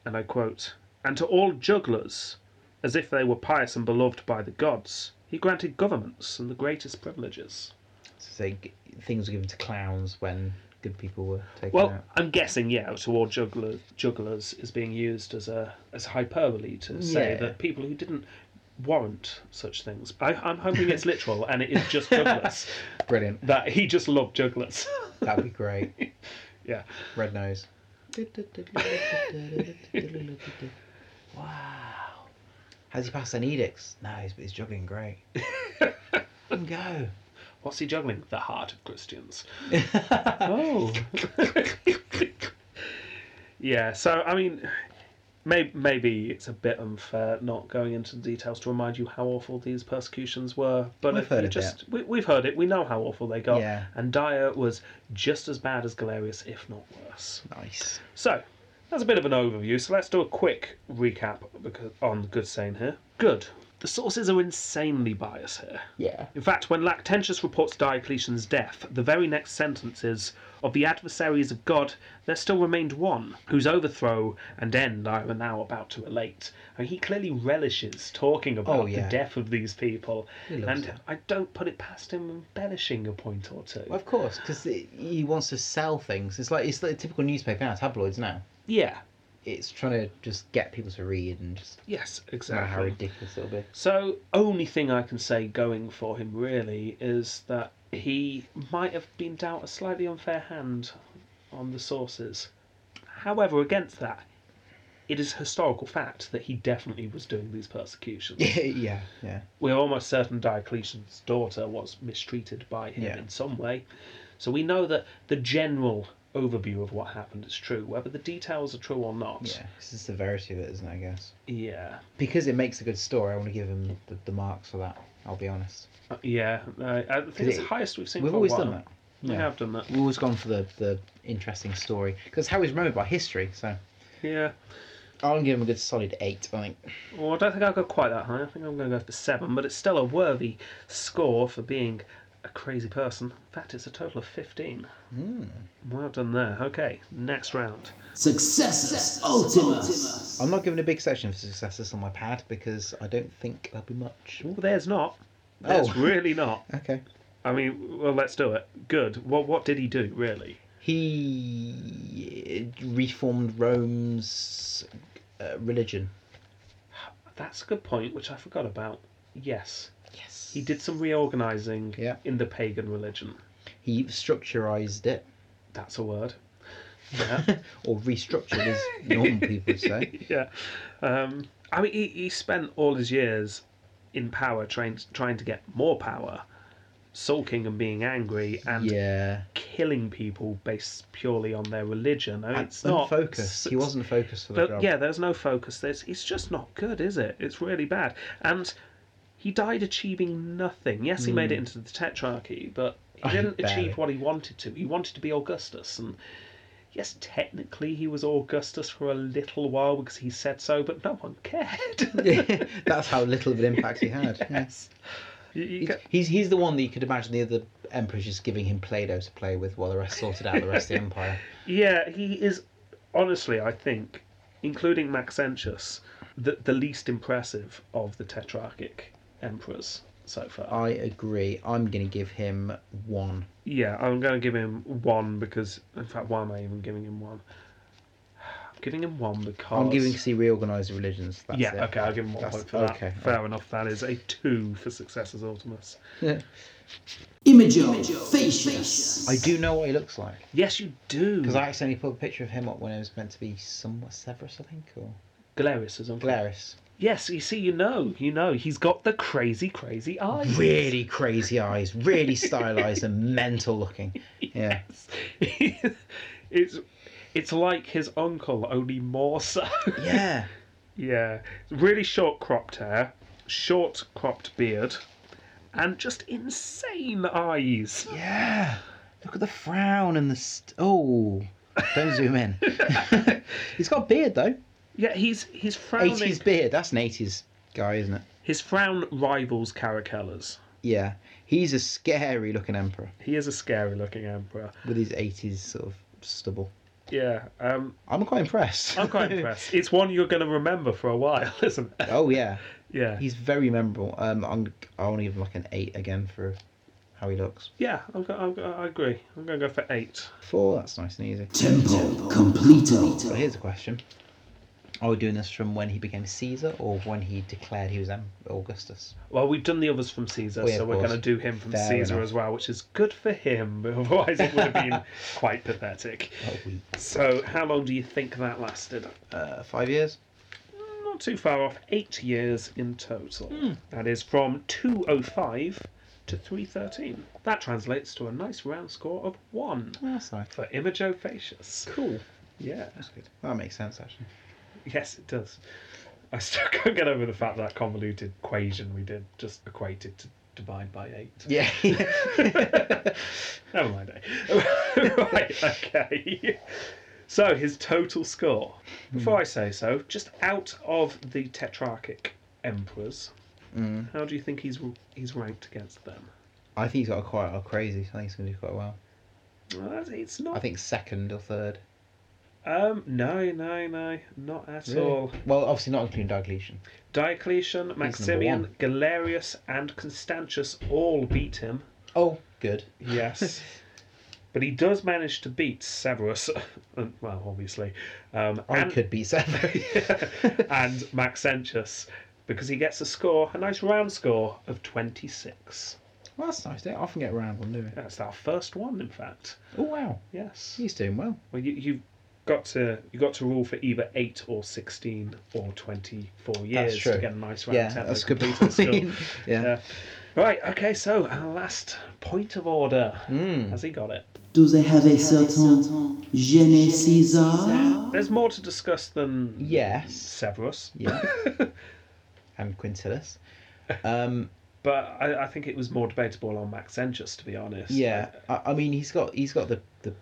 And I quote, and to all jugglers, as if they were pious and beloved by the gods, he granted governments and the greatest privileges. so they, g- things were given to clowns when good people were taken Well, out. I'm guessing, yeah, to all jugglers, jugglers is being used as a as hyperbole to say Yeah. that people who didn't warrant such things. I, I'm hoping it's literal and it is just jugglers. Brilliant. that he just loved jugglers. <laughs> That'd be <laughs> great. yeah. Red nose. <laughs> wow. Has he passed any edicts? No, he's, he's juggling <laughs> great. Let him go. What's he juggling? The heart of Christians. oh. <laughs> yeah, so, I mean, may- maybe it's a bit unfair not going into the details to remind you how awful these persecutions were, but We've if heard you a just, we, we've heard it, we know how awful they got. Yeah. And Dyer was just as bad as Galerius, if not worse. Nice. So, that's a bit of an overview. So let's do a quick recap because- on Good Sane here. Good. The sources are insanely biased here. Yeah. In fact, when Lactantius reports Diocletian's death, the very next sentence is Of the adversaries of God, there still remained one, whose overthrow and end I am now about to relate. And he clearly relishes talking about Oh, yeah. the death of these people. He loves And it. I don't put it past him embellishing a point or two. Of course, because he wants to sell things. It's like it's like typical newspaper now, tabloids now. yeah, It's trying to just get people to read and just yes, no matter how exactly. ridiculous it'll <laughs> be. So, only thing I can say going for him really is that he might have been dealt a slightly unfair hand on the sources. However, against that, it is historical fact that he definitely was doing these persecutions. yeah, yeah. We're almost certain Diocletian's daughter was mistreated by him Yeah. in some way. So we know that the general overview of what happened is true, whether the details are true or not. Yeah, it's the severity of it, isn't it, I guess? Yeah. Because it makes a good story, I want to give him the, the marks for that, I'll be honest. Uh, yeah. I- I think it's the It- highest we've seen We've for always a while. done that. We Yeah. have done that. We've always gone for the, the interesting story. Because how he's remembered by history, so Yeah. I'll give him a good solid eight, I think. Well, I don't think I'll go quite that high. I think I'm going to go for seven, but it's still a worthy score for being a crazy person. In fact, it's a total of 15. Hmm. Well done there. Okay, next round. Successus Ultimus. I'm not giving a big section for successes on my pad because I don't think there'll be much. Well, there's not. There's <laughs> Oh. really not. Okay. I mean, well, let's do it. Good. What what did he do, really? He uh, reformed Rome's uh, religion. That's a good point, which I forgot about. Yes, Yes. he did some reorganizing Yeah. in the pagan religion. He structurized it, That's a word. Yeah. or restructured <laughs> as normal people would say. yeah. Um, I mean, he, he spent all his years in power trying, trying to get more power, sulking and being angry and Yeah. killing people based purely on their religion. I mean, And it's not unfocused. He wasn't focused for the But job. yeah, there's no focus. There's, it's just not good, is it? It's really bad. And he died achieving nothing. Yes, he made it into the Tetrarchy, but he Oh, didn't barely. achieve what he wanted to. He wanted to be Augustus, and yes, technically he was Augustus for a little while because he said so, but no one cared. <laughs> That's how little of an impact he had. yeah. <laughs> You- you He's- get- He's he's the one that you could imagine the other emperors just giving him Play-Doh to play with while the rest sorted out the rest of the <laughs> empire. yeah, he is honestly, I think, including Maxentius, the, the least impressive of the Tetrarchic emperors. so far. I agree. I'm going to give him one. Yeah, I'm going to give him one because, in fact, why am I even giving him one? <sighs> I'm giving him one because. I'm giving C reorganized religions. That's yeah, it. okay, I'll give him one That's- point for that. okay. Fair enough, that is a two for Success as Ultimus. Yeah. Imago Facius. I do know what he looks like Yes, you do. because I accidentally put a picture of him up when it was meant to be somewhat Severus, I think, or Galerius is on Glarus. Yes, you see, you know, you know, he's got the crazy, crazy eyes. Really crazy eyes, really stylized and mental looking. Yeah. <laughs> it's it's like his uncle, only more so. <laughs> Yeah. yeah, really short cropped hair, short cropped beard, and just insane eyes. Yeah. Look at the frown and the st- oh. Don't zoom <laughs> in. He's got a beard though. Yeah, he's he's frowning. Eighties beard. That's an eighties guy, isn't it? His frown rivals Caracalla's. Yeah. He's a scary looking emperor He is a scary looking emperor. with his eighties sort of stubble. Yeah, um, I'm quite impressed. <laughs> I'm quite impressed. It's one you're going to remember for a while, <laughs> isn't it? oh yeah. Yeah, He's very memorable. Um, I'm I want to give him like an eight again for how he looks. yeah. I'm go- I'm go- I agree. I'm going to go for eight. Four. That's nice and easy. Tempo Completo. So here's a question. Are we doing this from when he became Caesar or when he declared he was Em- Augustus? Well, we've done the others from Caesar, Oh, yeah, so of we're course. going to do him from Fair Caesar enough. as well, which is good for him. <laughs> Otherwise, it would <laughs> have been quite pathetic. Oh, we- So, how long do you think that lasted? Uh, five years. Not too far off, eight years in total. Hmm. That is from 205 to 313. That translates to a nice round score of one Oh, that's nice. for Imago Facius. Cool. Yeah. That's good. That makes sense actually. Yes, it does. I still <laughs> can't get over the fact that convoluted equation we did just equated to divide by eight. Yeah. <laughs> Never mind. eh? <laughs> right, okay. So his total score. Before I say so, just out of the Tetrarchic emperors, Mm. how do you think he's he's ranked against them? <laughs> I think he's got quite a crazy. so I think he's gonna do quite well. Well, that's- it's not. I think second or third. Um, no, no, no, not at all. Well, obviously not including Diocletian. Diocletian, Maximian, one. Galerius, and Constantius all beat him. Oh, good. <laughs> Yes. But he does manage to beat Severus, <laughs> and- well, obviously, um, I and, could be <laughs> seven. <laughs> and Maxentius, because he gets a score, a nice round score of 26. well, that's nice. Don't often get around one, do we? That's our first one, in fact. Oh wow, Yes. he's doing well. Well, you, you've got to you got to rule for either eight or sixteen or twenty four years to true. get a nice round yeah, tempo that's good. completed score. point. <laughs> yeah. Yeah. Right. Okay. So our last point of order. Mm. Has he got it? Do they have a certain Gene Caesar? There's more to discuss than Yes. Severus, <laughs> Yeah. and Quintilis. Um, but I, I think it was more debatable on Maxentius, to be honest. yeah. I, I mean, he's got he's got the the.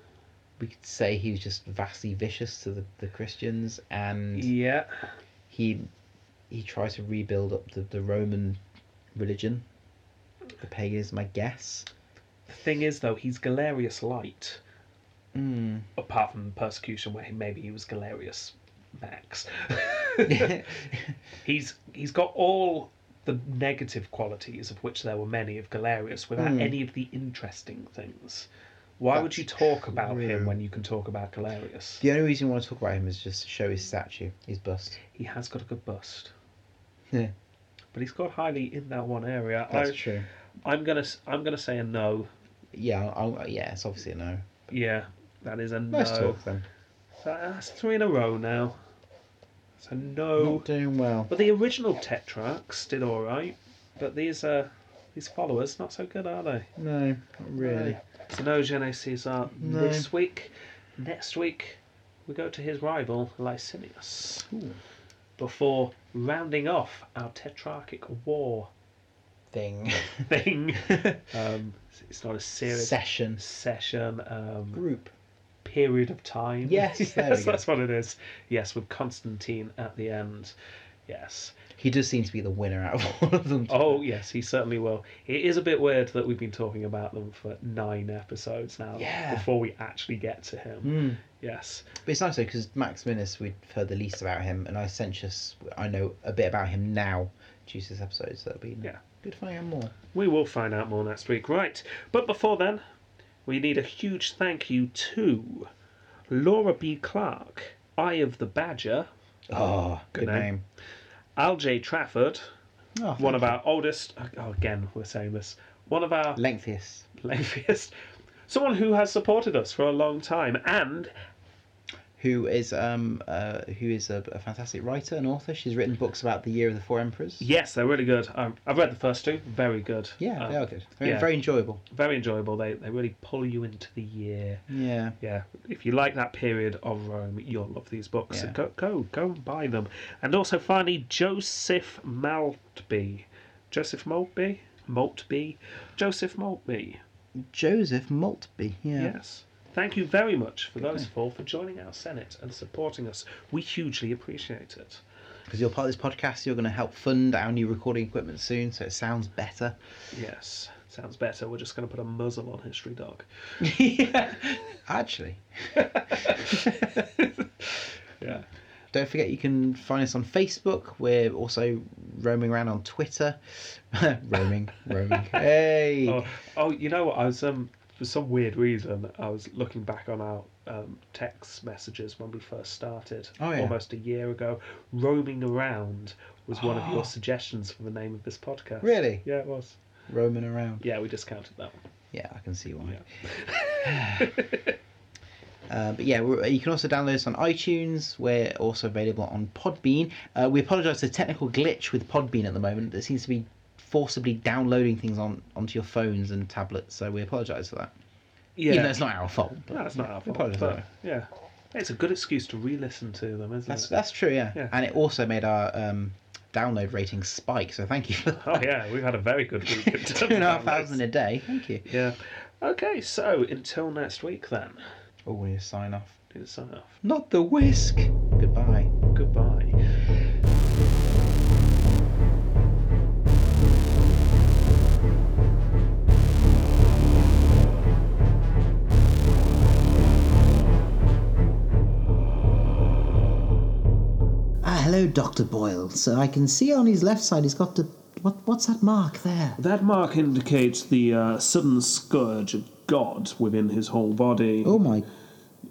We could say he was just vastly vicious to the, the Christians, and Yeah. he he tries to rebuild up the, the Roman religion, the paganism, I guess. The thing is, though, he's Galerius light, <laughs> Hmm. Mm. apart from persecution, where he, maybe he was Galerius max. <laughs> he's he's got all the negative qualities of which there were many of Galerius, without Hmm. any of the interesting things. Why would That's you talk about him true. when you can talk about Galerius? the only reason I want to talk about him is just to show his statue, his bust. He has got a good bust. Yeah. But he's got highly in that one area. That's I, true. I'm gonna s- I'm gonna say a no. Yeah, I, I, yeah, it's obviously a no. Yeah, that is a no. Nice talk then. That- That's three in a row now. So no. Not doing well. But the original Tetrarchs did all right, but these uh these followers not so good, are they? No, not really. So no Gene Caesar No. this week. Next week we go to his rival Licinius Ooh. before rounding off our Tetrarchic war <laughs> Thing. <laughs> thing. um, it's not a serious Session. session. Um, Group. period of time. Yes, <laughs> yes, there we go. that's what it is. Yes, with Constantine at the end. Yes. He does seem to be the winner out of all of them. Oh, yes, he certainly will. It is a bit weird that we've been talking about them for nine episodes now Yeah. before we actually get to him. Mm. Yes. But it's nice though because Max Minnis, we've heard the least about him, and Licentius, I know a bit about him now due to this episode, so that'll be Yeah. Good to find out more. We will find out more next week, right? But before then, we need a huge thank you to Laura B. Clark, Eye of the Badger, Oh, good, name. name. Al J. Trafford, Oh, one thank of you. our oldest. Oh, again, we're saying this. One of our <laughs> lengthiest. lengthiest. Someone who has supported us for a long time and Who is um uh, who is a, a fantastic writer and author? She's written books about the year of the four emperors. Yes, they're really good. Um, I've read the first two. Very good. Yeah, Um, they are good. Very, yeah. very enjoyable. Very enjoyable. They, they really pull you into the year. Yeah. Yeah. If you like that period of Rome, you'll love these books. So Yeah. go, go, go and buy them. And also, finally, Joseph Maltby. Joseph Maltby? Maltby? Joseph Maltby. Joseph Maltby. Yeah. Yes. Thank you very much for those four for joining our Senate and supporting us. We hugely appreciate it. Because you're part of this podcast, you're going to help fund our new recording equipment soon, so it sounds better. Yes. Sounds better. We're just going to put a muzzle on History Dog. yeah. Actually, Yeah. don't forget you can find us on Facebook. We're also roaming around on Twitter. <laughs> roaming, roaming. Hey. Oh, oh, you know what? I was um for some weird reason I was looking back on our um, text messages when we first started, Oh, yeah. almost a year ago. Roaming around was one of Oh. <gasps> your suggestions for the name of this podcast. Really? Yeah, it was. Roaming around. Yeah, we discounted that one. Yeah, I can see why. <laughs> Uh, but yeah, we're, you can also download us on iTunes. We're also available on Podbean. Uh, we apologise for the technical glitch with Podbean at the moment. It seems to be forcibly downloading things on onto your phones and tablets. So we apologise for that. Yeah, Even though it's not our fault. but- no, it's not our we fault. apologise. But, yeah, it's a good excuse to re-listen to them, isn't That's it? that's true. Yeah. Yeah. And it also made our um, download rating spike. So thank you for that. Oh yeah, we've had a very <laughs> good week. <laughs> in terms Two and a half of thousand downloads. a day. Thank you. Yeah. Okay, so until next week then. Oh, we need to sign off. Do the sign off. Not the whisk. Goodbye. Goodbye. Ah, hello, Dr. Boyle. So I can see on his left side he's got the. What, what's that mark there? That mark indicates the uh, sudden scourge of God within his whole body. Oh my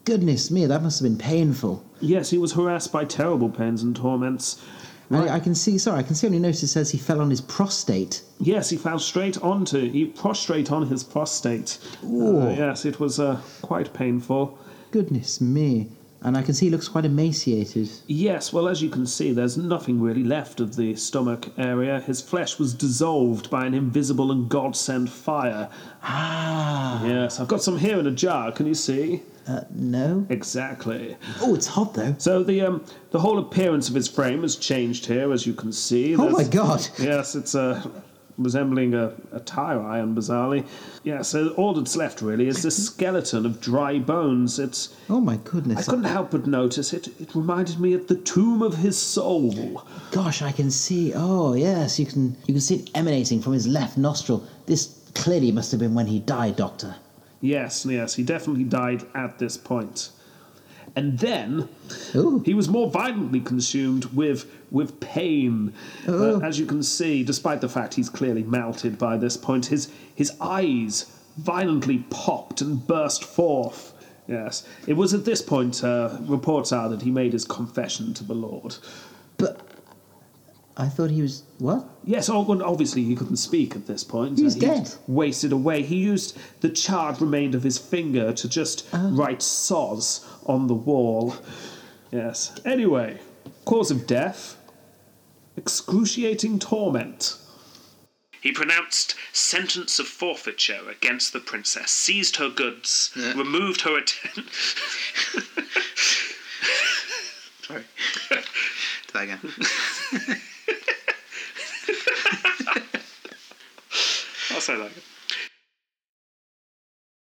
goodness me, that must have been painful. Yes, he was harassed by terrible pains and torments. I, I can see, sorry, I can see on your notice it says he fell on his prostate. Yes, he fell straight onto, he prostrate on his prostate. Ooh. Uh, yes, it was uh, quite painful. Goodness me. And I can see he looks quite emaciated. Yes, well, as you can see, there's nothing really left of the stomach area. His flesh was dissolved by an invisible and God sent fire. Ah. Yes, I've got some here in a jar, can you see? Uh, no. Exactly. Oh, it's hot though. So the um, the whole appearance of his frame has changed here, as you can see. Oh my There's- god. Yes, it's uh, resembling a, a tie iron, bizarrely. Yeah, so all that's left really is this skeleton of dry bones. It's Oh my I goodness. couldn't help but notice it. It reminded me of the tomb of his soul. Gosh, I can see. Oh yes, you can. You can see it emanating from his left nostril. This clearly must have been when he died, Doctor. Yes, yes, he definitely died at this point. And then Ooh. he was more violently consumed with with pain. Uh, Oh. as you can see, despite the fact he's clearly melted by this point, his his eyes violently popped and burst forth. Yes, it was at this point. Uh, reports are that he made his confession to the Lord. But I thought he was what? Yes, oh, well, obviously he couldn't speak at this point. He was Uh, dead. Wasted away. He used the charred remainder of his finger to just write soz on the wall. Yes. Anyway, cause of death excruciating torment. He pronounced sentence of forfeiture against the princess, seized her goods, removed her attendant. Sorry. Do that again. <laughs> I'll say that.